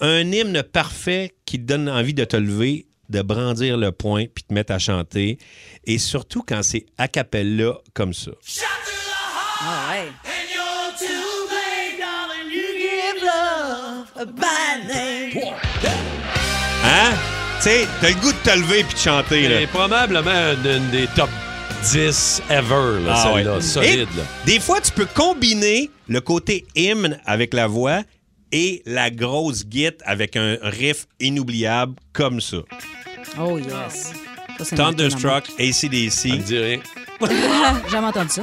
D: un hymne parfait qui te donne envie de te lever, de brandir le poing puis te mettre à chanter. Et surtout quand c'est a cappella comme ça.
E: Ah ouais.
D: Hein? Tu sais, t'as le goût de te lever puis de chanter. Là.
C: C'est probablement une, une des top 10 ever, là,
D: Ah
C: celle-là.
D: ouais.
C: Solide,
D: Et
C: là.
D: Des fois, tu peux combiner le côté hymne avec la voix et la grosse guite avec un riff inoubliable comme ça.
E: Oh yes. Ça, c'est une bonne
D: Thunderstruck,
C: Ça me
D: ACDC.
C: dit rien.
E: affaire. Jamais entendu ça.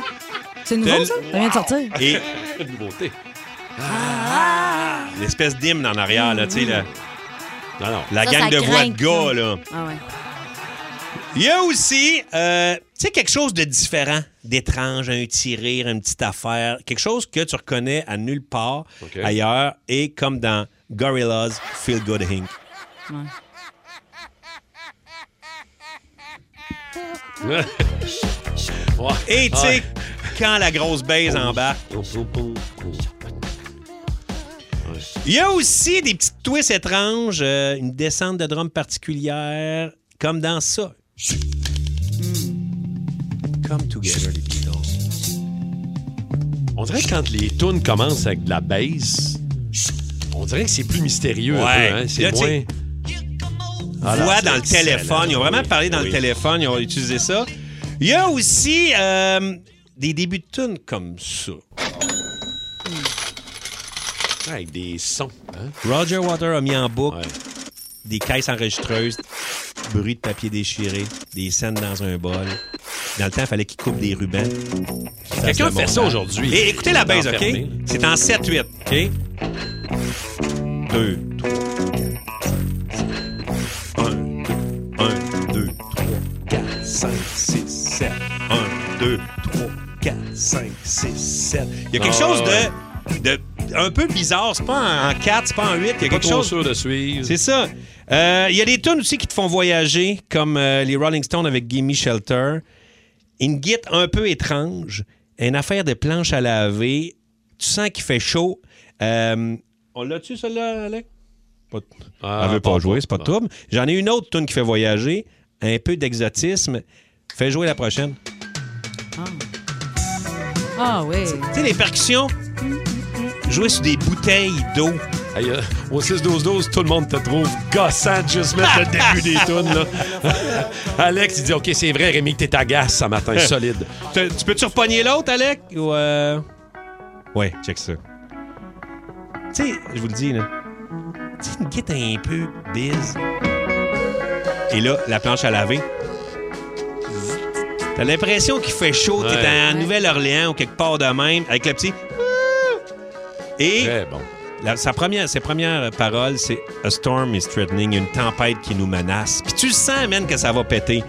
E: C'est nouveau,
D: Tel-
E: ça? Ça vient de sortir.
D: Et
C: Nouveauté.
D: l'espèce d'hymne en arrière, là, tu sais, la,
C: Non, non.
D: la
E: Ça,
D: gang
E: ça
D: de voix de
E: grinque,
D: gars,
E: là.
D: là.
E: Ah ouais.
D: Il y a aussi, euh, tu sais, quelque chose de différent, d'étrange, un petit rire, une petite affaire, quelque chose que tu reconnais à nulle part
C: OK.
D: ailleurs et comme dans Gorillaz Feel Good Inc. Et tu sais, quand la grosse baise
C: Oh.
D: embarque, il y a aussi des petites twists étranges, euh, une descente de drum particulière, comme dans ça.
C: Hmm.
D: Come together, les Beatles.
C: On dirait que quand les tunes commencent avec de la bass, on dirait que c'est plus mystérieux un
D: Ouais.
C: peu, hein? C'est
D: Là, tu
C: moins...
D: sais,
C: Ah, là,
D: voix
C: c'est
D: dans le
C: excellent.
D: téléphone. Ils ont vraiment
C: Oui,
D: parlé dans
C: oui.
D: le téléphone. Ils ont utilisé ça. Il y a aussi euh, des débuts de tunes comme ça.
C: Ouais, Avec des sons, hein?
D: Roger Water a mis en boucle
C: Ouais.
D: des caisses enregistreuses, bruit de papier déchiré, des scènes dans un bol. Dans le temps, il fallait qu'il coupe des rubans.
C: Quelqu'un
D: le
C: fait ça
D: montage.
C: aujourd'hui.
D: Et écoutez la base, OK?
C: Enfermé.
D: C'est en 7-8, OK? 2, 3, 4, 1, 2, 3, 4, 5, 6, 7. 1, 2, 3, 4, 5, 6, 7. Il y a quelque
C: Ah,
D: chose
C: ouais.
D: de, de un peu bizarre. C'est pas en 4, c'est pas en 8. Il y a
C: Pas
D: quelque
C: trop
D: chose.
C: sûr de suivre.
D: C'est ça. Euh, Il y a des tunes aussi qui te font voyager, comme euh, les Rolling Stones avec Gimme Shelter. Une guite un peu étrange. Une affaire de planche à laver. Tu sens qu'il fait chaud. Euh, on l'a-tu, celle-là, Alec? Pas t-
C: Ah,
D: Elle veut pas jouer, c'est pas de trouble. J'en ai une autre tune qui fait voyager. Un peu d'exotisme. Fais jouer la prochaine.
E: Ah oui.
D: Tu sais, les percussions, jouer sur des bouteilles d'eau.
C: Hey, euh, au 6-12-12, tout le monde te trouve gossant de juste mettre le début des tunes. là. Alex, il dit Ok, c'est vrai, Rémi, que t'es agace ce matin, solide.
D: Tu tu peux-tu repogner l'autre, Alec? Ou euh... Ouais, check ça. Tu sais, je vous le dis, là. Tu sais, une guitare un peu biz. Et là, la planche à laver. T'as l'impression qu'il fait chaud, t'es
C: Ouais.
D: en Nouvelle-Orléans ou quelque part de même, avec le petit. Et
C: Très bon.
D: la- sa première, ses premières paroles, c'est A storm is threatening, une tempête qui nous menace. Puis tu sens, man, que ça va péter.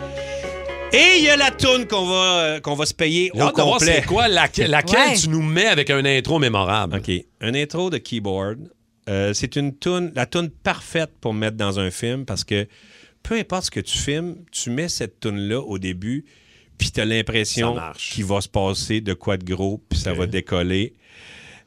D: Et il y a la toune qu'on va, euh, qu'on va se payer
C: J'ai
D: au
C: hâte de voir
D: complet.
C: c'est quoi laque- laquelle
E: Ouais.
C: tu nous mets avec un intro mémorable.
D: OK. Un intro de keyboard. Euh, c'est une toune, la toune parfaite pour mettre dans un film parce que peu importe ce que tu filmes, tu mets cette toune-là au début, puis t'as l'impression
C: Ça marche.
D: qu'il va se passer de quoi de gros, puis ça va décoller.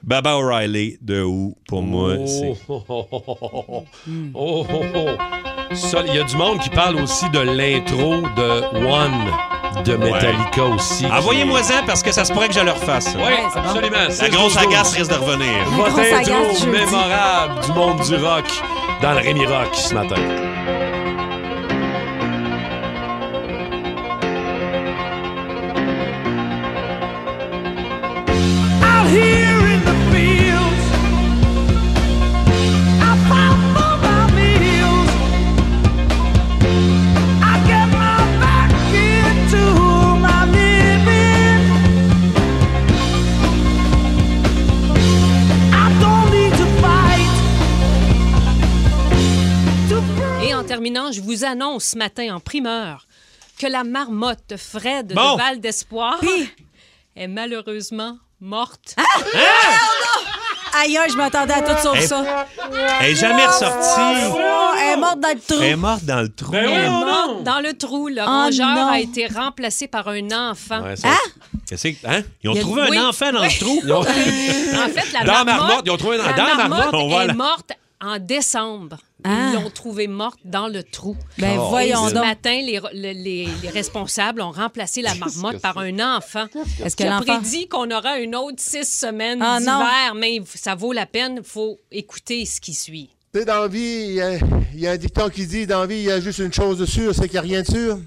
D: Baba O'Reilly de Who, pour moi, c'est.
C: Oh, oh, oh, oh, oh, oh. Oh, oh, oh. Ça, Il y a du monde qui parle aussi de l'intro de One de Metallica aussi. qui-
D: Envoyez-moi ça parce que ça se pourrait que je le refasse.
C: Oui, absolument.
D: La grosse agace risque de revenir.
C: Votre
E: grosse agace,
C: intro
E: je le dis.
C: mémorable du monde du rock dans le Rémi Rock ce matin.
K: Et en terminant, je vous annonce ce matin en primeur que la marmotte Fred
D: Bon.
K: de Val d'Espoir est malheureusement morte.
E: Aïe, aïe, je m'attendais à tout sauf
C: Eh,
D: Hey.
E: ça.
D: Elle est jamais ressortie.
E: Oh, elle est morte dans le trou.
D: Elle est morte dans le trou.
C: Ben
K: Elle est
C: oui. Oh
K: morte
C: non.
K: dans le trou. Le
E: Oh
K: rongeur
E: non.
K: a été remplacé par un enfant. Ah!
C: Ouais, ça-
D: Qu'est-ce que- hein? Ils ont
E: Il y a-
D: trouvé
K: oui.
D: un enfant dans le trou.
C: Ils ont-
K: En fait, la
C: Dans
K: marmotte,
C: Marmotte, ils ont trouvé dans-
K: la
C: dans Marmotte,
D: on
K: est
D: voit la-
K: morte en décembre.
E: Ah.
K: Ils l'ont trouvée morte dans le trou.
E: Ben
D: Oh,
E: voyons
K: Et ce
E: donc.
K: matin, les, re- le- les- les responsables ont remplacé la marmotte par un enfant
E: Est-ce que
K: qui a
E: l'enfant...
K: prédit qu'on aura une autre six semaines
E: Ah, non.
K: d'hiver. Mais il- ça vaut la peine, il faut écouter ce qui suit.
L: Tu sais, dans la vie, il y, a- il y a un dicton qui dit dans la vie, il y a juste une chose de sûre, c'est qu'il n'y a rien de sûr.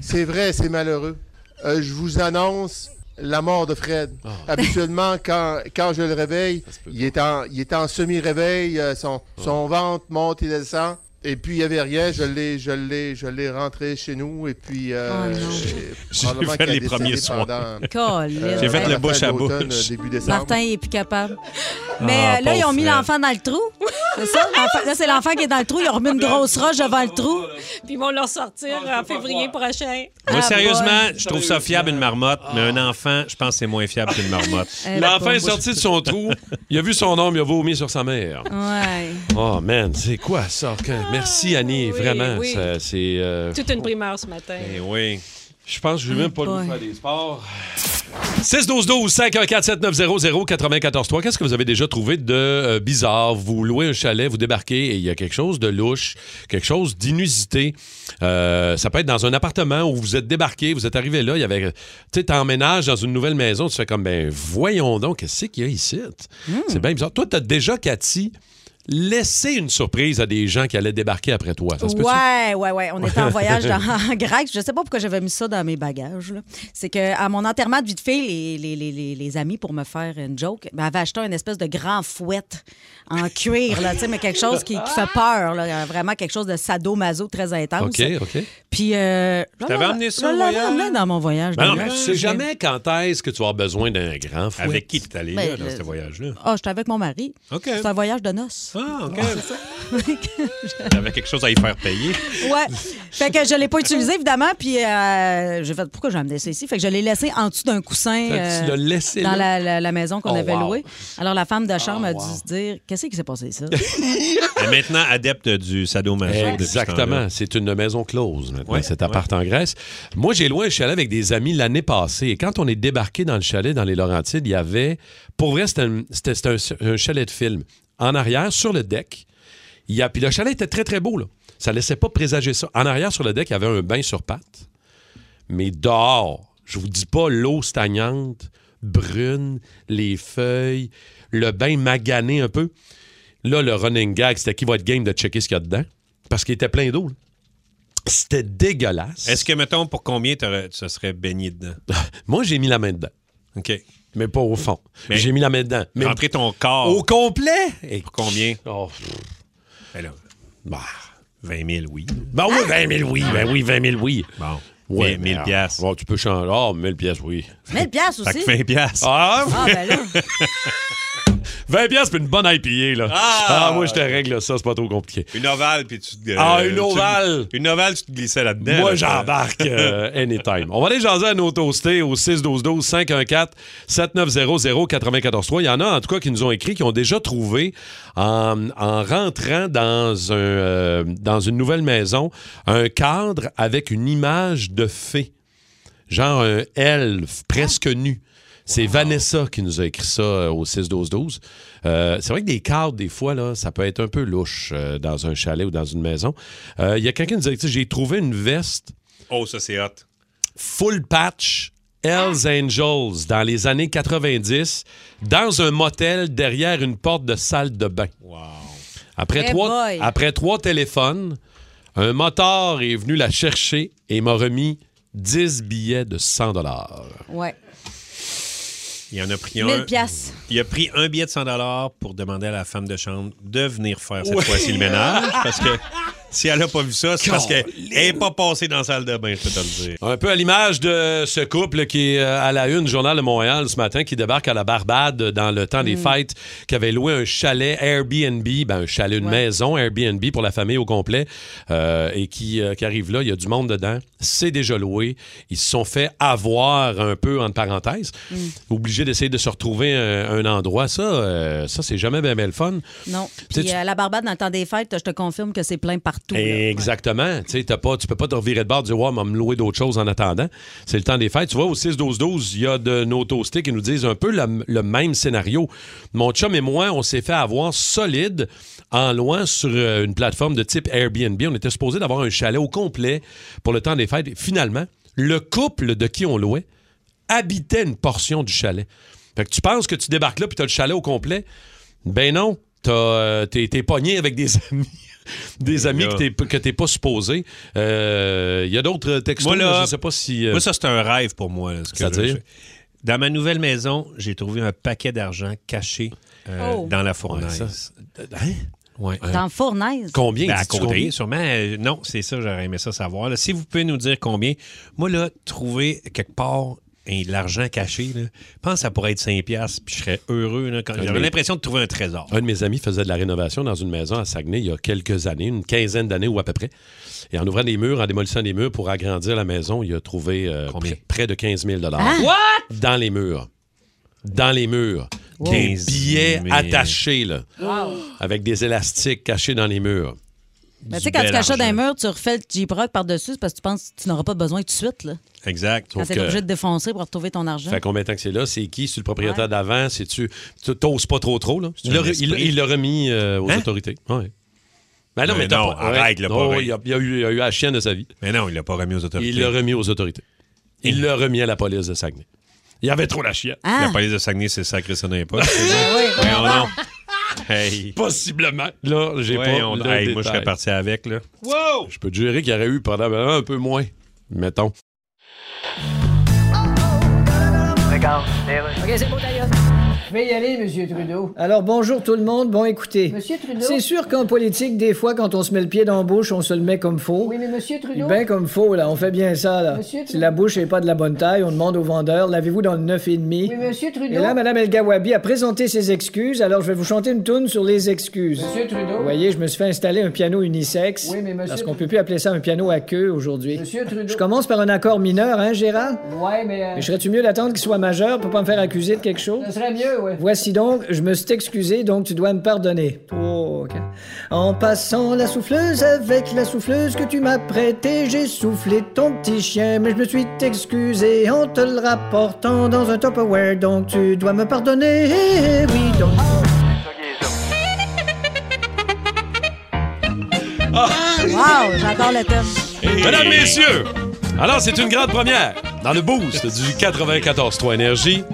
L: C'est vrai, c'est malheureux. Euh, je vous annonce la mort de Fred.
D: Ah.
L: Habituellement, quand, quand je le réveille, il est en, il est en semi-réveil, euh, son,
D: Ah.
L: son ventre monte et descend. Et puis, il n'y avait rien. Je l'ai, je l'ai, je l'ai rentré chez nous. Et puis, euh,
E: Oh non.
L: j'ai-
D: J'ai
L: probablement
D: fait
L: qu'il a
D: les
L: décédé
D: premiers soins.
L: pendant,
E: Colin.
L: euh,
D: J'ai fait
L: la
D: le
L: fin
D: bouche
L: de
D: à
L: l'automne,
D: bouche.
L: Début décembre.
E: Martin, il est plus capable.
D: Ah,
E: Mais euh, là, ils ont
D: pauvre
E: mis
D: Fred.
E: l'enfant dans le trou. C'est ça? L'enfant- Là, c'est l'enfant qui est dans le trou. Ils ont remis une grosse roche devant le trou.
K: Puis ils vont leur sortir en février prochain.
D: Moi,
E: Ah,
D: sérieusement,
E: boy.
D: je trouve ça fiable une marmotte, mais un enfant, je pense que c'est moins fiable qu'une marmotte.
E: Eh, la
C: L'enfant est
E: pauvre.
C: sorti de son trou. Il a vu son homme, il a vomi sur sa mère.
E: Ouais.
C: Oh man, c'est quoi ça? Que- Merci Annie,
K: oui,
C: vraiment.
K: oui.
C: ça- C'est. euh,
K: Toute une primeur ce matin.
D: Eh oui.
C: Je pense que je vais même pas le
E: boy.
C: goût de faire des sports. 6 12 12 514 7900 94 3 Qu'est-ce que vous avez déjà trouvé de euh, bizarre? Vous louez un chalet, vous débarquez et il y a quelque chose de louche, quelque chose d'inusité. Euh, ça peut être dans un appartement où vous êtes débarqué, vous êtes arrivé là, il y avait tu sais t'emménages dans une nouvelle maison, tu fais comme ben voyons donc qu'est-ce qu'il y a ici.
E: Hmm.
C: C'est bien bizarre. Toi tu as déjà Cathy laissé une surprise à des gens qui allaient débarquer après toi. Ça se peut-tu?
E: Ouais, ouais, ouais. On était en voyage dans, en Grèce. Je sais pas pourquoi j'avais mis ça dans mes bagages. là. C'est que à mon enterrement de vie de fille, les, les, les, les, les amis, pour me faire une joke, ben, avaient acheté une espèce de grand fouet en cuir, là, tu sais, mais quelque chose qui, qui fait peur, là, Euh, vraiment quelque chose de sadomaso très intense.
C: OK, OK.
E: Puis. Euh, je
D: T'avais
E: l'avais-
D: emmené ça
E: je
D: au
E: l'avais
D: voyage?
E: emmené dans mon voyage.
C: Ben non, mais
E: d'ailleurs.
C: tu sais jamais quand est-ce que tu vas avoir besoin d'un grand fouet.
D: Avec qui t'es allé
E: Ben,
D: là, dans
E: le-
D: ce voyage-là?
E: Ah, j'étais avec mon mari.
D: OK.
E: C'est un voyage de noces.
C: Hein?
D: Ah, OK.
E: Je-
D: Il y avait quelque chose à y faire payer.
E: Ouais. Fait que je l'ai pas utilisé, évidemment. Puis euh, j'ai fait pourquoi j'ai amené ça ici? Fait que je l'ai laissé en dessous d'un coussin euh,
C: Fait que tu l'as laissé
E: dans
C: là?
E: la, la- la maison qu'on
C: Oh,
E: avait
C: wow. Ah,
E: louée. Alors la femme de chambre a
C: wow.
E: dû se dire Qu'est-ce qui s'est passé ça?
D: Elle est maintenant adepte du sadomaso. depuis ce temps-là.
C: Exactement. C'est une maison close maintenant,
D: Ouais,
C: cet appart en Grèce. Moi, j'ai loué un chalet avec des amis l'année passée. Et quand on est débarqué dans le chalet, dans les Laurentides, il y avait. Pour vrai, c'était un, c'était- c'était un- un chalet de film. En arrière, sur le deck, il y a. Puis le chalet était très, très beau, là. Ça laissait pas présager ça. En arrière, sur le deck, il y avait un bain sur pattes. Mais dehors, je vous dis pas l'eau stagnante, brune, les feuilles, le bain magané un peu. Là, le running gag, c'était qui va être game de checker ce qu'il y a dedans? Parce qu'il était plein d'eau. là. C'était dégueulasse.
D: Est-ce que, mettons, pour combien t'aurais- tu serais baigné dedans?
C: Moi, j'ai mis la main dedans.
D: OK.
C: Mais pas au fond. J'ai mis la main dedans. Mais
D: Rentrer ton corps.
C: Au complet? Et Oh,
D: pour combien? Ben là, 20 000, oui.
C: Ben oui, 20 000, oui. Ben oui, 20 000, oui.
D: Bon.
C: Ouais,
D: 1000
C: mais,
D: piastres.
C: ah, ouais, tu peux changer. Ah, 1000 piastres, oui.
E: 1000 piastres
D: Fait que
E: aussi.
D: 20 piastres.
C: Ah,
E: Ah,
C: oui.
E: ben là.
C: 20 piastres, puis une bonne IPA, là. Ah, moi, je te règle ça, c'est pas trop compliqué.
D: Une ovale, puis tu te...
C: Ah, une
D: tu-
C: ovale!
D: Une ovale, tu te glissais là-dedans.
C: Moi,
D: là.
C: j'embarque euh, anytime. On va aller jaser à nos toastés au 612-12-514-7900-943. Il y en a, en tout cas, qui nous ont écrit, qui ont déjà trouvé, en, en rentrant dans, un, euh, dans une nouvelle maison, un cadre avec une image de fée. Genre un elfe presque nu. C'est Vanessa qui nous a écrit ça euh, au 6-12-12. Euh, c'est vrai que des cadres, des fois, là, ça peut être un peu louche euh, dans un chalet ou dans une maison. Euh, Il y a quelqu'un qui nous a dit J'ai trouvé une veste
D: Oh, ça, c'est hot.
C: full patch Hells Angels dans les années 90 dans un motel derrière une porte de salle de bain. Après,
E: Hey
C: trois,
E: boy.
C: après trois téléphones, un motard est venu la chercher et m'a remis 10 billets de 100
E: Ouais.
D: Il y en a pris un.
E: 1000 piastres.
D: Il a pris un billet de 100 pour demander à la femme de chambre de venir faire cette
C: Ouais.
D: fois-ci le ménage. Parce que si elle n'a pas vu ça, c'est parce qu'elle n'est pas passée dans la salle de bain, je peux te le dire.
C: Un peu à l'image de ce couple qui est euh, à la une, Journal de Montréal, ce matin, qui débarque à la Barbade dans le temps des
D: Mm.
C: fêtes, qui avait loué un chalet Airbnb, ben un chalet, une
D: Ouais.
C: maison Airbnb pour la famille au complet, euh, et qui, euh, qui arrive là, il y a du monde dedans, c'est déjà loué, ils se sont fait avoir un peu, entre parenthèses,
E: Mm.
C: obligés d'essayer de se retrouver un, un endroit, ça, euh, ça c'est jamais bien, bien le fun.
D: Mm.
E: Non.
C: Puis
E: Puis
C: tu-
E: euh, la barbade, dans le temps des fêtes, je te confirme que c'est plein partout. là.
C: Exactement. Tu sais, t'as pas, tu peux pas te revirer de bord et dire, ouais, mais me louer d'autres choses en attendant. C'est le temps des fêtes. Tu vois, au 6-12-12, il y a de nos toastés qui nous disent un peu le, le même scénario. Mon chum et moi, on s'est fait avoir solide en loin sur euh, une plateforme de type Airbnb. On était supposé d'avoir un chalet au complet pour le temps des fêtes. Et finalement, le couple de qui on louait habitait une portion du chalet. Fait que tu penses que tu débarques là puis t'as le chalet au complet. Ben non, t'as, euh, t'es, t'es pogné avec des amis. Des amis que t'es, que t'es pas supposé. Euh, Il y a d'autres textos,
D: Moi, là,
C: je sais pas si... euh,
D: Moi, ça, c'est un rêve pour moi. là, ce que
C: C'est-à-dire?
D: je- Dans ma nouvelle maison, j'ai trouvé un paquet d'argent caché euh,
E: Oh.
D: dans la
C: Ouais,
D: fournaise. Ouais.
E: Dans fournaise.
D: hein? Ben, à côté, sûrement. euh, non, c'est ça, j'aurais aimé ça savoir. là. Si vous pouvez nous dire combien. Moi, là, trouver quelque part hein, de l'argent caché, là, je pense que ça pourrait être 5$, piastres, puis je serais heureux. là, quand-
C: Un
D: J'aurais
C: des-
D: l'impression de trouver un trésor.
C: Un de mes amis faisait de la rénovation dans une maison à Saguenay il y a quelques années, une quinzaine d'années ou à peu près. Et en ouvrant des murs, en démolissant des murs pour agrandir la maison, il a trouvé euh, pr- près de 15 000
B: What?
C: Dans les murs. Dans les murs. Des
D: 15 000.
C: billets attachés, là, avec des élastiques cachés dans les murs.
E: Mais Ben, tu sais, quand tu caches ça dans un mur, tu refais le J-Proc par-dessus c'est parce que tu penses que tu n'auras pas besoin tout de suite. Là,
C: Exact.
E: quand tu es obligé de défoncer pour retrouver ton argent.
C: Ça fait combien de temps que c'est là? C'est qui? C'est le propriétaire d'avant? C'est-tu. Tu t'oses pas trop trop, là? Il
D: un
C: l'a-
D: esprit.
C: il il l'a remis euh, aux
D: Hein?
C: autorités. Ouais. Ben non, mais,
D: Mais
C: t'as
D: non,
C: pas-
D: arrête, il l'a pas
C: Oh,
D: remis.
C: il, a, il a eu, il a eu la chienne de sa vie.
D: Mais non, il l'a pas remis aux autorités.
C: Il l'a remis aux autorités. Il
D: Hein?
C: l'a remis à la police de Saguenay. Il y avait trop la chienne.
D: La police de Saguenay, c'est sacré, ça n'est pas.
C: Voyons
D: non. Hey.
C: Possiblement. Là, j'ai pas.
D: Voyons,
C: le
D: hey, moi,
C: détail.
D: je serais parti avec. Là.
C: Wow! Je peux te jurer qu'il y aurait eu probablement un peu moins, mettons.
G: OK, c'est bon, d'ailleurs.
M: Je vais y aller, Monsieur Trudeau.
G: Alors bonjour tout le monde, bon écoutez.
M: Monsieur Trudeau.
G: C'est sûr qu'en politique, des fois, quand on se met le pied dans la bouche, on se le met comme faux.
M: Oui, mais Monsieur Trudeau.
G: Ben comme faux, là, on fait bien ça, là.
M: Monsieur
G: Si la bouche n'est pas de la bonne taille, on demande au vendeur, l'avez-vous dans le 9,5?
M: Oui, Monsieur Trudeau.
G: Et là, ben- Mme El Gawabi a présenté ses excuses, alors je vais vous chanter une toune sur les excuses.
M: Monsieur Trudeau.
G: Vous voyez, je me suis fait installer un piano unisexe.
M: Oui, mais monsieur
G: Parce qu'on
M: Trudeau.
G: peut plus appeler ça un piano à queue aujourd'hui.
M: Monsieur Trudeau.
G: Je commence par un accord mineur, hein, Gérard?
M: Ouais, mais. euh,
G: Mais serais-tu mieux d'attendre qu'il soit majeur pour pas me faire accuser de quelque chose?
M: Ce serait mieux, ouais.
G: Voici donc, je me suis excusé, donc tu dois me pardonner. Trois, quatre. En passant la souffleuse avec la souffleuse que tu m'as prêtée, j'ai soufflé ton petit chien, mais je me suis excusé en te le rapportant dans un Tupperware, donc tu dois me pardonner. Eh, Oui, donc.
E: Wow, j'adore le thème.
C: Mesdames, messieurs, alors c'est une grande première dans le boost du 94-3 Énergie.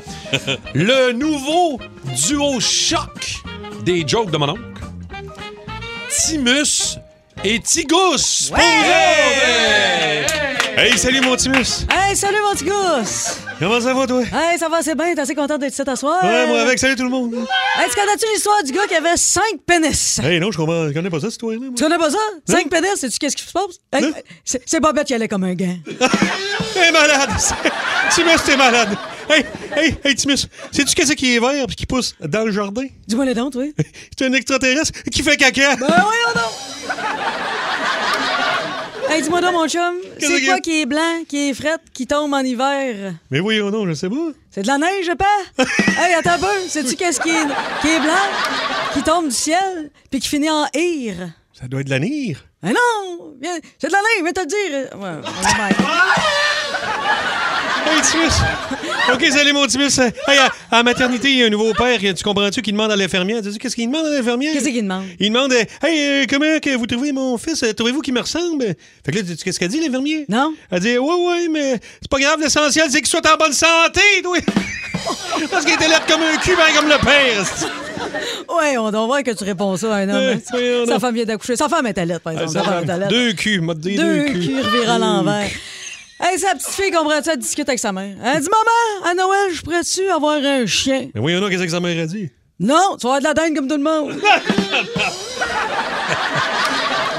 C: Le nouveau duo choc des jokes de mon oncle. Timus et Tigus. Pour vrai! Hey, salut mon Timus.
E: Hey, salut mon petit gousse!
N: Comment ça va, toi?
E: Hey, ça va, c'est bien, t'es assez content d'être ici à soir?
N: Ouais, moi avec. Salut tout le monde.
E: Hey, tu connais-tu l'histoire du gars qui avait cinq pénis?
N: Hey, non, je comprends- je connais pas ça, cette histoire-là. moi.
E: Tu connais pas ça? Cinq pénis, sais-tu qu'est-ce qui se passe? Hey, c'est c'est Bobette qui allait comme un gant.
N: T'es malade. C'est- Timus, t'es malade. Hey, hey, hey, Timus, sais-tu qu'est-ce qui est vert et qui pousse dans le jardin?
E: Dis-moi les dents, oui.
N: C'est un extraterrestre qui fait caca. Ben
E: oui, oh Hey, dis-moi donc, mon chum,
N: Qu'est-ce
E: c'est
N: que-
E: quoi qui est blanc, qui est frette, qui tombe en hiver?
N: Mais voyons non, je sais pas.
E: C'est de la neige, je pas? hey, attends un peu, sais-tu qu'est-ce qui est, qui est blanc, qui tombe du ciel, puis qui finit en ire?
N: Ça doit être de la nire.
E: Mais non! viens, C'est de la neige, viens te le dire! Ouais, on va bien.
N: Hey, Timus. OK, salut, mon Timus. Hey, à, à la maternité, il y a un nouveau père, tu comprends-tu, qui demande à l'infirmière. Tu sais, qu'est-ce qu'il demande à l'infirmière? Qu'est-ce
E: qu'il demande?
N: Il demande, euh, hey, euh, comment que vous trouvez mon fils? Euh, Trouvez-vous qu'il me ressemble? Fait que là, tu sais qu'est-ce qu'elle dit, l'infirmier?
E: Non.
N: Elle dit, ouais, ouais, mais c'est pas grave, l'essentiel, c'est qu'il soit en bonne santé, toi. Parce qu'il était là comme un cul, ben, comme le père. c'est-tu.
E: Ouais, on doit voir que tu réponds ça à un
N: Ouais,
E: homme. hein.
N: voyons
E: Sa
N: donc.
E: femme vient d'accoucher. Sa femme est à l'aide, par exemple. Sa femme est à l'aide.
N: Deux culs, m'a dit deux,
E: Deux
N: culs.
E: culs revirés à
N: Deux
E: l'envers.
N: culs.
E: Hey, sa petite fille comprend-tu? Elle discute avec sa mère. Elle dit Maman, à Noël, je pourrais-tu avoir un chien?
N: Mais voyons donc, qu'est-ce que sa mère a dit?
E: Non, tu vas avoir de la dinde comme tout le monde.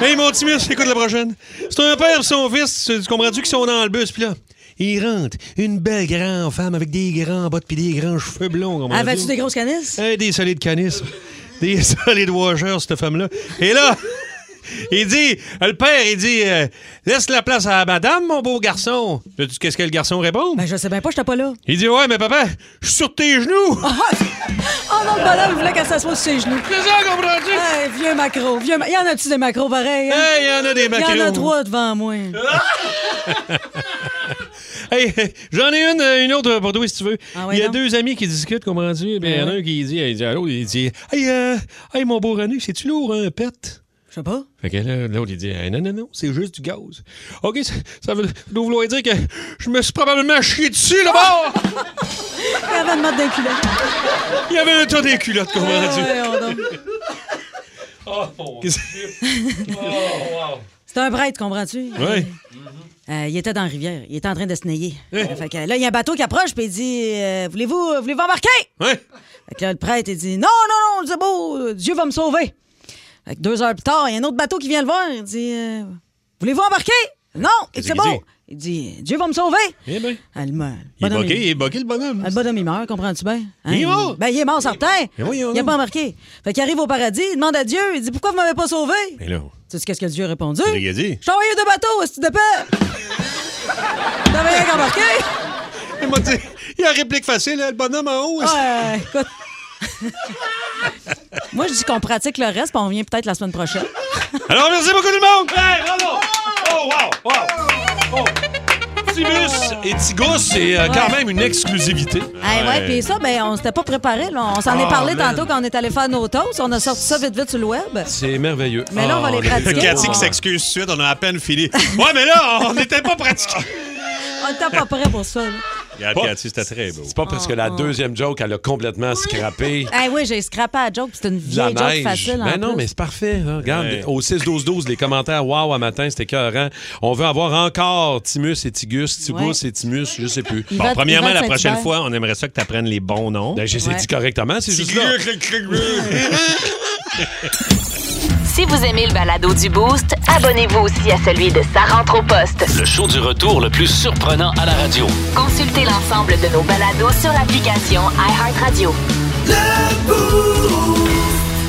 N: Hey, mon Timus, écoute la prochaine. C'est un père et son fils, tu comprends-tu, qui sont dans le bus, puis là, ils rentrent. Une belle grande femme avec des grands bottes puis des grands cheveux blonds. comprends-tu?
E: Avais-tu des grosses canisses?
N: Hey, Ah, des solides canisses. Des solides washers, cette femme-là. Et là, il dit, le père, il dit, euh, laisse la place à madame, mon beau garçon. Sais-tu Qu'est-ce que le garçon répond?
E: Ben, je sais bien pas, j'étais pas là.
N: Il dit, ouais, mais papa, je suis sur tes genoux.
E: Oh non, le bonhomme, il voulait qu'elle s'assoie sur ses genoux.
N: Ah, C'est ça, comprends-tu?
E: Hey, vieux macro. Vieux ma- Il y en a-tu des macros pareils? hein?
N: Hey, il y en a des
E: Il y en a
N: macros.
E: trois devant moi.
N: Hey, j'en ai une, euh, une autre pour toi, si tu veux.
C: Ah
E: ouais,
N: il y a
E: donc?
N: deux amis qui discutent, comprends-tu? Ben, Il y en a un qui dit, il dit à l'autre, il dit, hey, euh, hey, mon beau René, c'est-tu lourd, un pet?
E: Je sais pas.
N: Fait que là, l'autre, il dit, Hey, non, non, non, c'est juste du gaz. OK, ça, ça veut, doit vouloir dire que je me suis probablement chié dessus, là-bas!
C: Ah!
E: Il avait une mode d'un culotte.
N: il y avait un tas des culottes, comprends-tu? Oh, Qu'est-ce-
E: C'est un prêtre, comprends-tu?
N: Oh,
C: Ah!
N: Ouais.
E: Euh, il était dans la rivière. Il était en train de se nayer. Euh, fait que là, il y a un bateau qui approche, puis il dit euh, Voulez-vous voulez embarquer Fait que là, le prêtre, il dit Non, non, non, c'est beau, euh, Dieu va me sauver. Fait que deux heures plus tard, il y a un autre bateau qui vient le voir. Il dit euh, Voulez-vous embarquer Non,
N: Qu'est-ce
E: c'est
N: qu'il
E: bon.
N: dit?
E: Il dit Dieu va me sauver.
N: Eh ben.
E: Elle meurt.
N: Il est
E: Bonhomme,
N: boqué, il est boqué, le bonhomme.
E: Le bonhomme, il meurt, comprends-tu bien?
N: Il est mort.
E: Ben, il est mort, certain.
N: Mais voyons
E: il n'a
N: donc.
E: pas embarqué. Fait qu'il arrive au paradis, il demande à Dieu, il dit Pourquoi vous m'avez pas sauvé
N: Mais là,
E: Tu sais qu'est-ce que Dieu a répondu
N: il a dit.
E: Je t'ai envoyé deux bateaux, est-ce que tu dépêches? T'avais rien embarqué?
N: Il m'a dit, il a réplique facile, hein, le bonhomme en haut.
E: Ouais, écoute. Moi, je dis qu'on pratique le reste, puis on revient peut-être la semaine prochaine.
N: Alors, merci beaucoup tout le monde!
C: Hey, bravo! Oh, wow! Wow! Oh. Timus et Tigus, c'est euh, quand
E: Ouais.
C: même une exclusivité.
E: Eh ouais, puis ça, ben, on s'était pas préparé. là. On s'en est
C: Ah,
E: parlé
C: man.
E: tantôt quand on est allé faire nos toasts. On a sorti ça vite, vite sur le web.
C: C'est merveilleux. Ah,
E: Mais là, on va les
C: Oh,
E: pratiquer.
N: Cathy qui s'excuse tout de suite, on a à peine fini. Ouais, mais là, on n'était pas pratiqués.
E: On n'était pas prêt pour ça. là.
D: Regarde,
C: Pas-
D: Cathy, c'était très beau.
C: C'est pas parce que la
E: Oh, oh.
C: deuxième joke, elle a complètement scrappé.
E: Eh oui, j'ai scrappé à la joke, puis c'est une
C: de la
E: vieille joke
C: neige.
E: facile.
C: Ben
E: en
C: non,
E: plus.
C: mais c'est parfait. hein. Regarde, au 6-12-12, les commentaires, waouh, à matin, c'était écœurant. On veut avoir encore Timus et Tigus, Tigus
D: Ouais.
C: et Timus, je sais plus. ben,
D: Bon, premièrement, la prochaine fois, on aimerait ça que tu apprennes les bons noms.
C: j'essaie dit correctement, c'est juste là.
A: Si vous aimez le balado du Boost, abonnez-vous aussi à celui de Sa rentre au poste.
O: Le show du retour le plus surprenant à la radio.
A: Consultez l'ensemble de nos balados sur l'application iHeartRadio.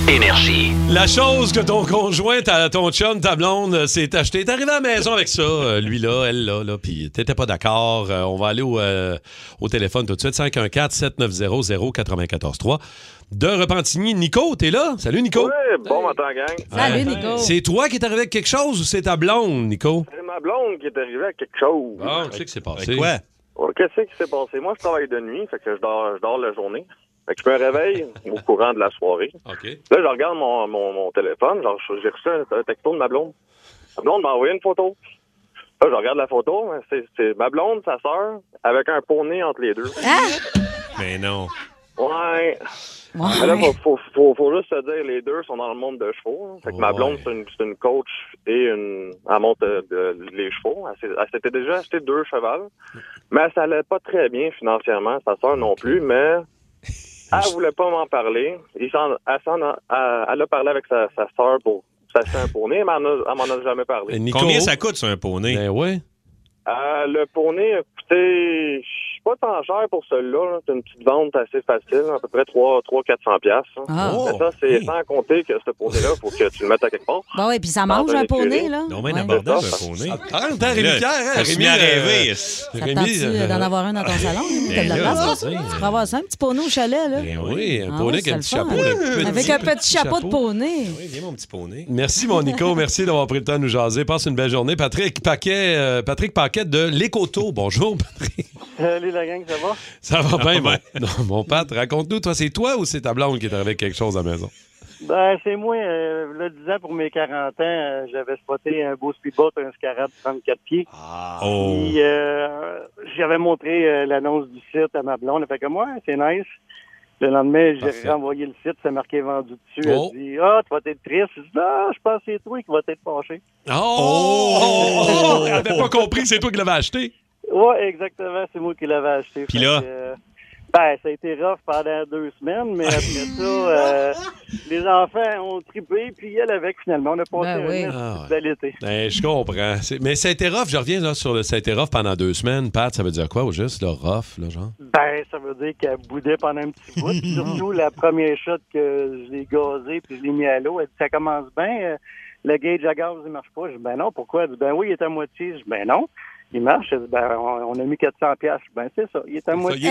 O: Énergie.
C: La chose que ton conjoint, ta- ton chum, ta blonde euh, s'est acheté, t'es arrivé à la maison avec ça, euh, lui là, elle là, là puis t'étais pas d'accord. euh, on va aller au, euh, au téléphone tout de suite, 514-790-0943. De Repentigny, Nico, t'es là? Salut Nico!
P: bon matin, gang.
C: Ouais. C'est toi qui es arrivé avec quelque chose ou c'est ta blonde, Nico?
P: C'est ma blonde qui est arrivée à quelque chose.
D: Ah.
C: Bon, qu'est-ce qui s'est
D: Ben,
C: passé? Ah, Quoi?
P: Ouais, Qu'est-ce qui s'est passé? Moi, je travaille de nuit, fait que je dors, je dors la journée. Fait que je me réveille au courant de la soirée.
C: Ben,
P: Là, je regarde mon, mon, mon téléphone, genre, j'ai reçu un, un texto de ma blonde. Ma blonde m'a envoyé une photo. Là, je regarde la photo, hein, c'est- c'est ma blonde, sa sœur, avec un poney entre les deux.
D: Mais Ben, non.
P: Ouais.
J: Ah,
P: Mais là, faut, faut, faut, faut juste se dire, les deux sont dans le monde de chevaux. hein. Fait que ma blonde, c'est une, c'est une coach et une. Elle monte euh, de- les chevaux. Elle s'est- elle s'était déjà acheté deux chevals. Mais ça allait pas très bien financièrement, sa soeur non plus, mais. Elle voulait pas m'en parler. Il s'en- elle, s'en a, elle- elle a parlé avec sa, sa soeur pour s'acheter un poney, mais elle m'en a- elle m'en a jamais parlé.
D: Combien ça coûte, sur un poney?
C: Ben ouais.
P: Euh, le poney a coûté, je suis pas tant cher pour celui-là. là. C'est une petite vente assez facile, à peu près 300-400$. piastres, hein.
E: Ah.
P: Mais
C: Oh,
P: ça, c'est sans compter que ce poney-là, faut que tu le mettes à quelque part.
E: Ben oui, puis ça mange
P: Dans
E: un
P: un
E: poney,
P: écurie.
E: là.
D: Non, mais
E: Ouais.
D: abordable,
P: C'est
D: un
P: ça.
D: poney.
C: Attends, t'as Rémi
D: Là,
C: Pierre, hein,
D: t'as
C: Rémi,
D: mis à
C: euh,
D: rêver.
E: Ça te tente-tu euh, d'en avoir un dans ton salon?
D: Ben
E: T'as de la
D: là,
E: place,
D: c'est
E: là?
D: ça.
E: Tu pourrais avoir ça, un petit poney au chalet, là.
D: Ben
C: oui, un
E: Ah
C: poney
E: ouais,
C: avec
E: c'est
C: un
E: le
C: petit
E: fun,
C: chapeau,
E: hein?
C: le petit
E: Avec un petit chapeau de
C: chapeau.
E: poney.
D: Oui, viens mon petit poney.
C: Merci, mon Nico. Merci d'avoir pris le temps de nous jaser. Passe une belle journée. Patrick Paquet, euh, Patrick Paquet de L'Écoto. Bonjour, Patrick.
P: Salut la gang, ça va?
C: Ça
D: Ah,
C: va bien, mon, non, mon Pat? Raconte-nous, toi, c'est toi ou c'est ta blonde qui est arrivée avec quelque chose à la maison?
Q: Ben, c'est moi, euh, là, 10 ans pour mes 40 ans, euh, j'avais spoté un beau speedboat, un scarab 34 pieds.
P: Ah,
D: Oh.
Q: Puis, euh, j'avais montré euh, l'annonce du site à ma blonde. Elle fait comme, ouais, c'est nice. Le lendemain, j'ai renvoyé le site, ça marquait vendu dessus.
C: Oh.
Q: Elle dit, ah, tu vas être triste. Je dis, ah, je pense que c'est toi qui vas être fâché.
C: Oh!
D: Oh!
C: Elle avait pas compris que c'est toi qui l'avais acheté.
Q: Ouais, exactement, c'est moi qui l'avais acheté.
C: Puis
Q: Fait
C: là?
Q: que, euh, ben, ça a été rough pendant deux semaines, mais après ça, euh, les enfants ont trippé, puis elle avec, finalement. On a passé
E: Ben
Q: un
E: oui.
Q: une
C: Ah ouais.
Q: bel été.
C: Ben, je comprends. C'est- Mais ça a été rough. Je reviens là, sur le ça a été rough pendant deux semaines. Pat, ça veut dire quoi au juste? Le rough, là, genre?
Q: Ben, ça veut dire qu'elle boudait pendant un petit bout. Puis Surtout la première shot que je l'ai gazée puis je l'ai mis à l'eau. Elle dit, ça commence bien. euh, le gauge à gaz, il marche pas. Je dis, ben non, pourquoi? Elle dit, ben oui, il est à moitié. Je dis, ben non. Il marche. Elle dit, ben on, on a mis 400 piastres. Je dis, ben c'est ça, il est à moitié.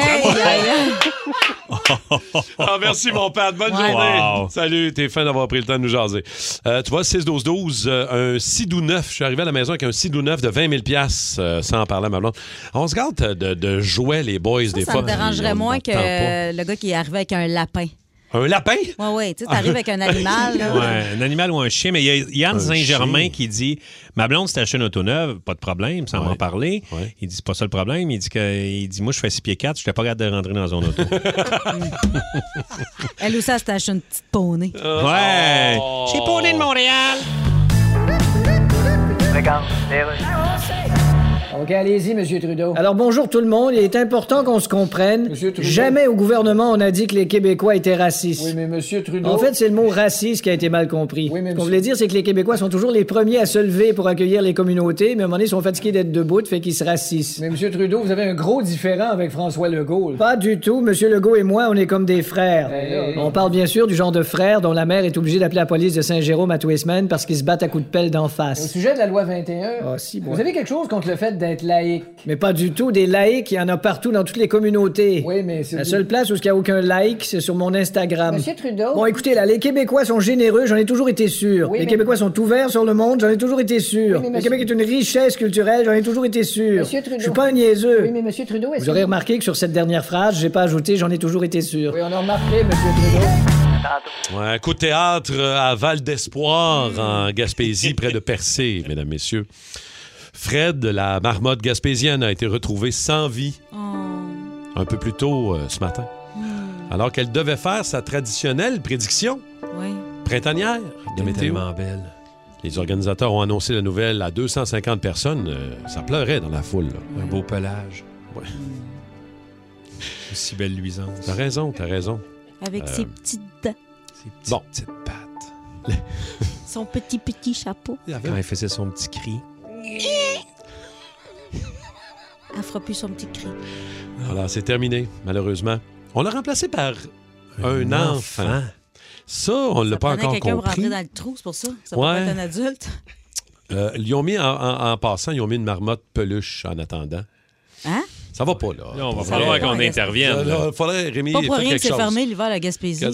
C: Ah, merci, mon Pat. Bonne
Q: Ouais.
C: journée.
Q: Wow.
C: Salut, t'es fin d'avoir pris le temps de nous jaser. Euh, tu vois, 6-12-12, euh, un sidou neuf. Je suis arrivé à la maison avec un sidou neuf de 20 000 euh, sans parler à ma blonde. On se garde euh, de, de jouets, les boys, des
E: Ça
C: fois.
E: me
C: puis
E: dérangerait
C: on
E: moins
C: n'entend
E: que
C: pas.
E: euh, le gars qui est arrivé avec un lapin.
C: Un lapin?
E: Oui, oui. Tu sais, t'arrives avec un animal. là.
D: Ouais, un animal ou un chien. Mais il y a Yann
C: Un
D: Saint-Germain
C: chien.
D: qui dit Ma blonde s'est acheté une auto neuve, pas de problème, sans m'en parler. Il dit C'est pas ça le problème. Il dit, que, il dit Moi, je fais 6 pieds 4, je n'étais pas capable de rentrer dans son auto.
E: Elle ou ça, c'est acheté une petite poney.
D: ouais.
E: Chez Poney de Montréal.
M: OK, allez-y, Monsieur Trudeau.
G: Alors bonjour tout le monde, il est important qu'on se comprenne.
M: Trudeau.
G: Jamais au gouvernement on a dit que les Québécois étaient racistes.
M: Oui, mais Monsieur Trudeau.
G: En fait, c'est le mot raciste qui a été mal compris. Ce qu'on voulait dire, c'est que les Québécois sont toujours les premiers à se lever pour accueillir les communautés, mais à un moment donné, ils sont fatigués d'être debout, fait qu'ils se racissent.
M: Mais Monsieur Trudeau, vous avez un gros différent avec François Legault. Ben,
G: Pas du tout. Monsieur Legault et moi, on est comme des frères.
M: Hey, hey.
G: On parle bien sûr du genre de frères dont la mère est obligée d'appeler la police de Saint-Jérôme à tous les semaines parce qu'ils se battent à coups de pelle d'en
M: Au
G: face.
M: sujet de la loi 21,
G: Ah, si, moi.
M: vous avez quelque chose contre le fait d'être laïque.
G: Mais pas du tout. Des laïcs, il y en a partout dans toutes les communautés.
M: Oui, mais c'est...
G: La seule place où il n'y a aucun like, c'est sur mon Instagram.
M: Monsieur Trudeau.
G: Bon, écoutez, là, les Québécois sont généreux, j'en ai toujours été sûr.
M: Oh. Oui,
G: les
M: mais-
G: Québec- Québécois sont ouverts sur le monde, j'en ai toujours été sûr.
M: Oui, mais
G: Le
M: monsieur-
G: Québec est une richesse culturelle, j'en ai toujours été sûr.
M: Monsieur Trudeau.
G: Je suis pas un niaiseux.
M: Oui, mais Monsieur Trudeau, est-ce
G: Vous aurez
M: que-
G: remarqué que sur cette dernière phrase, j'ai pas ajouté j'en ai toujours été sûr.
M: Oui, on a remarqué, Monsieur Trudeau.
C: Ouais, coup de théâtre euh, à Val d'Espoir, en Gaspésie, près de Percé, mesdames, messieurs. Fred, la marmotte gaspésienne, a été retrouvée sans vie. un peu plus tôt euh, ce matin,
D: Hmm.
C: alors qu'elle devait faire sa traditionnelle prédiction
E: Oui.
C: printanière de
D: Elle est
C: météo.
D: tellement belle.
C: Les organisateurs ont annoncé la nouvelle à 250 personnes. Euh, ça pleurait dans la foule. Un beau pelage. Ouais. Une si belle luisance.
N: Ah,
C: T'as raison, t'as raison.
E: Avec
C: Euh,
E: ses petites dents,
C: Bon.
E: son petit, petit chapeau.
D: Quand elle faisait son petit cri.
E: Elle fera plus son petit cri.
C: Voilà, c'est terminé, malheureusement. On l'a remplacé par un, enfant.
E: enfant.
C: Ça, on ne l'a pas
E: Prenez
C: encore
E: quelqu'un pour
C: compris.
E: rentrer dans le trou, c'est pour ça. Ça
C: Ouais.
E: peut pas être un adulte.
C: Euh, ils ont mis, en, en- en passant, ils ont mis une marmotte peluche en attendant.
E: Hein?
C: Ça va pas, là.
D: Là, on va
C: Ça
D: falloir
C: va.
D: qu'on
C: Ouais,
D: intervienne,
C: là,
D: là.
C: là, faudrait, Rémi,
E: pas pour
C: faire
E: rien que
C: quelque
E: c'est
C: chose.
E: fermé l'hiver à la Gaspésie.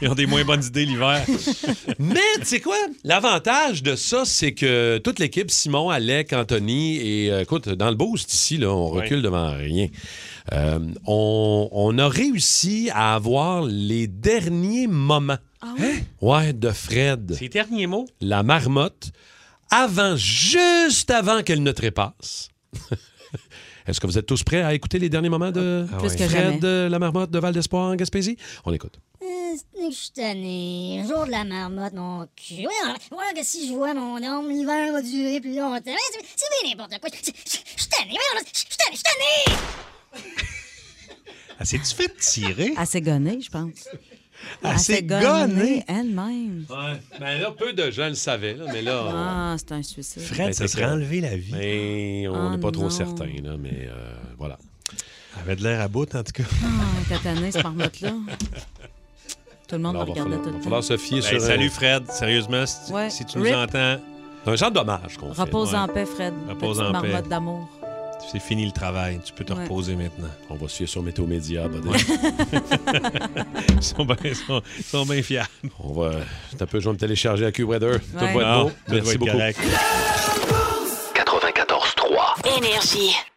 N: Ils ont des moins bonnes idées l'hiver.
C: Mais tu sais quoi? L'avantage de ça, c'est que toute l'équipe, Simon, Alec, Anthony, et euh, écoute, dans le boost ici, là, on
D: Ouais.
C: recule devant rien. Euh, on, on a réussi à avoir les derniers moments
R: Ah
C: Hein? ouais, de Fred.
N: Ses derniers mots?
C: La marmotte, avant, juste avant qu'elle ne trépasse. Est-ce que vous êtes tous prêts à écouter les derniers moments de
R: Plus que jamais.
C: Fred, euh, la marmotte de Val d'Espoir en Gaspésie? On écoute.
R: Euh, c'est que je suis tanné. Jour de la marmotte, mon cul. Ouais, alors, ouais, que si je vois mon homme, l'hiver va durer plus longtemps. Ouais, C'est c'est bien n'importe quoi. Je je- je suis tanné. Ouais, alors, Je je suis tanné, je suis tanné.
N: Elle s'est-tu fait tirer?
E: Elle s'est gonnée, je pense.
C: Elle s'est gonnée.
E: elle-même.
C: Ouais. Ben là, peu de gens le savaient, là, mais là.
E: Ah, c'est un suicide.
C: Ben,
D: ça serait enlevé la vie.
C: Mais on
E: Ah,
C: n'est pas
E: non.
C: trop certain, là, mais euh, voilà.
N: Elle avait de l'air à bout, en tout cas.
E: Ah, t'as tanné, cette marmotte-là. Tout le monde me regardait tout le temps.
C: falloir se fier sur, euh,
N: Ben, Salut, Fred. Sérieusement, si,
E: Ouais.
N: si tu nous
E: Rip.
N: entends...
C: C'est un genre dommage qu'on
E: Repose en paix, Fred.
N: Repose
E: Petite
N: en paix.
E: marmotte d'amour.
N: C'est fini le travail. Tu peux te
E: Ouais.
N: reposer maintenant.
C: On va suivre sur Météo Média. ben,
N: Ils sont bien sont, sont bien fiables.
C: On va. C'est un peu, je vais me télécharger à Cube Raider. Ah, Tout
N: Ouais.
C: va être
N: Non,
C: beau.
N: tout va
C: Merci
N: être
C: beaucoup.
N: correct.
A: Énergie.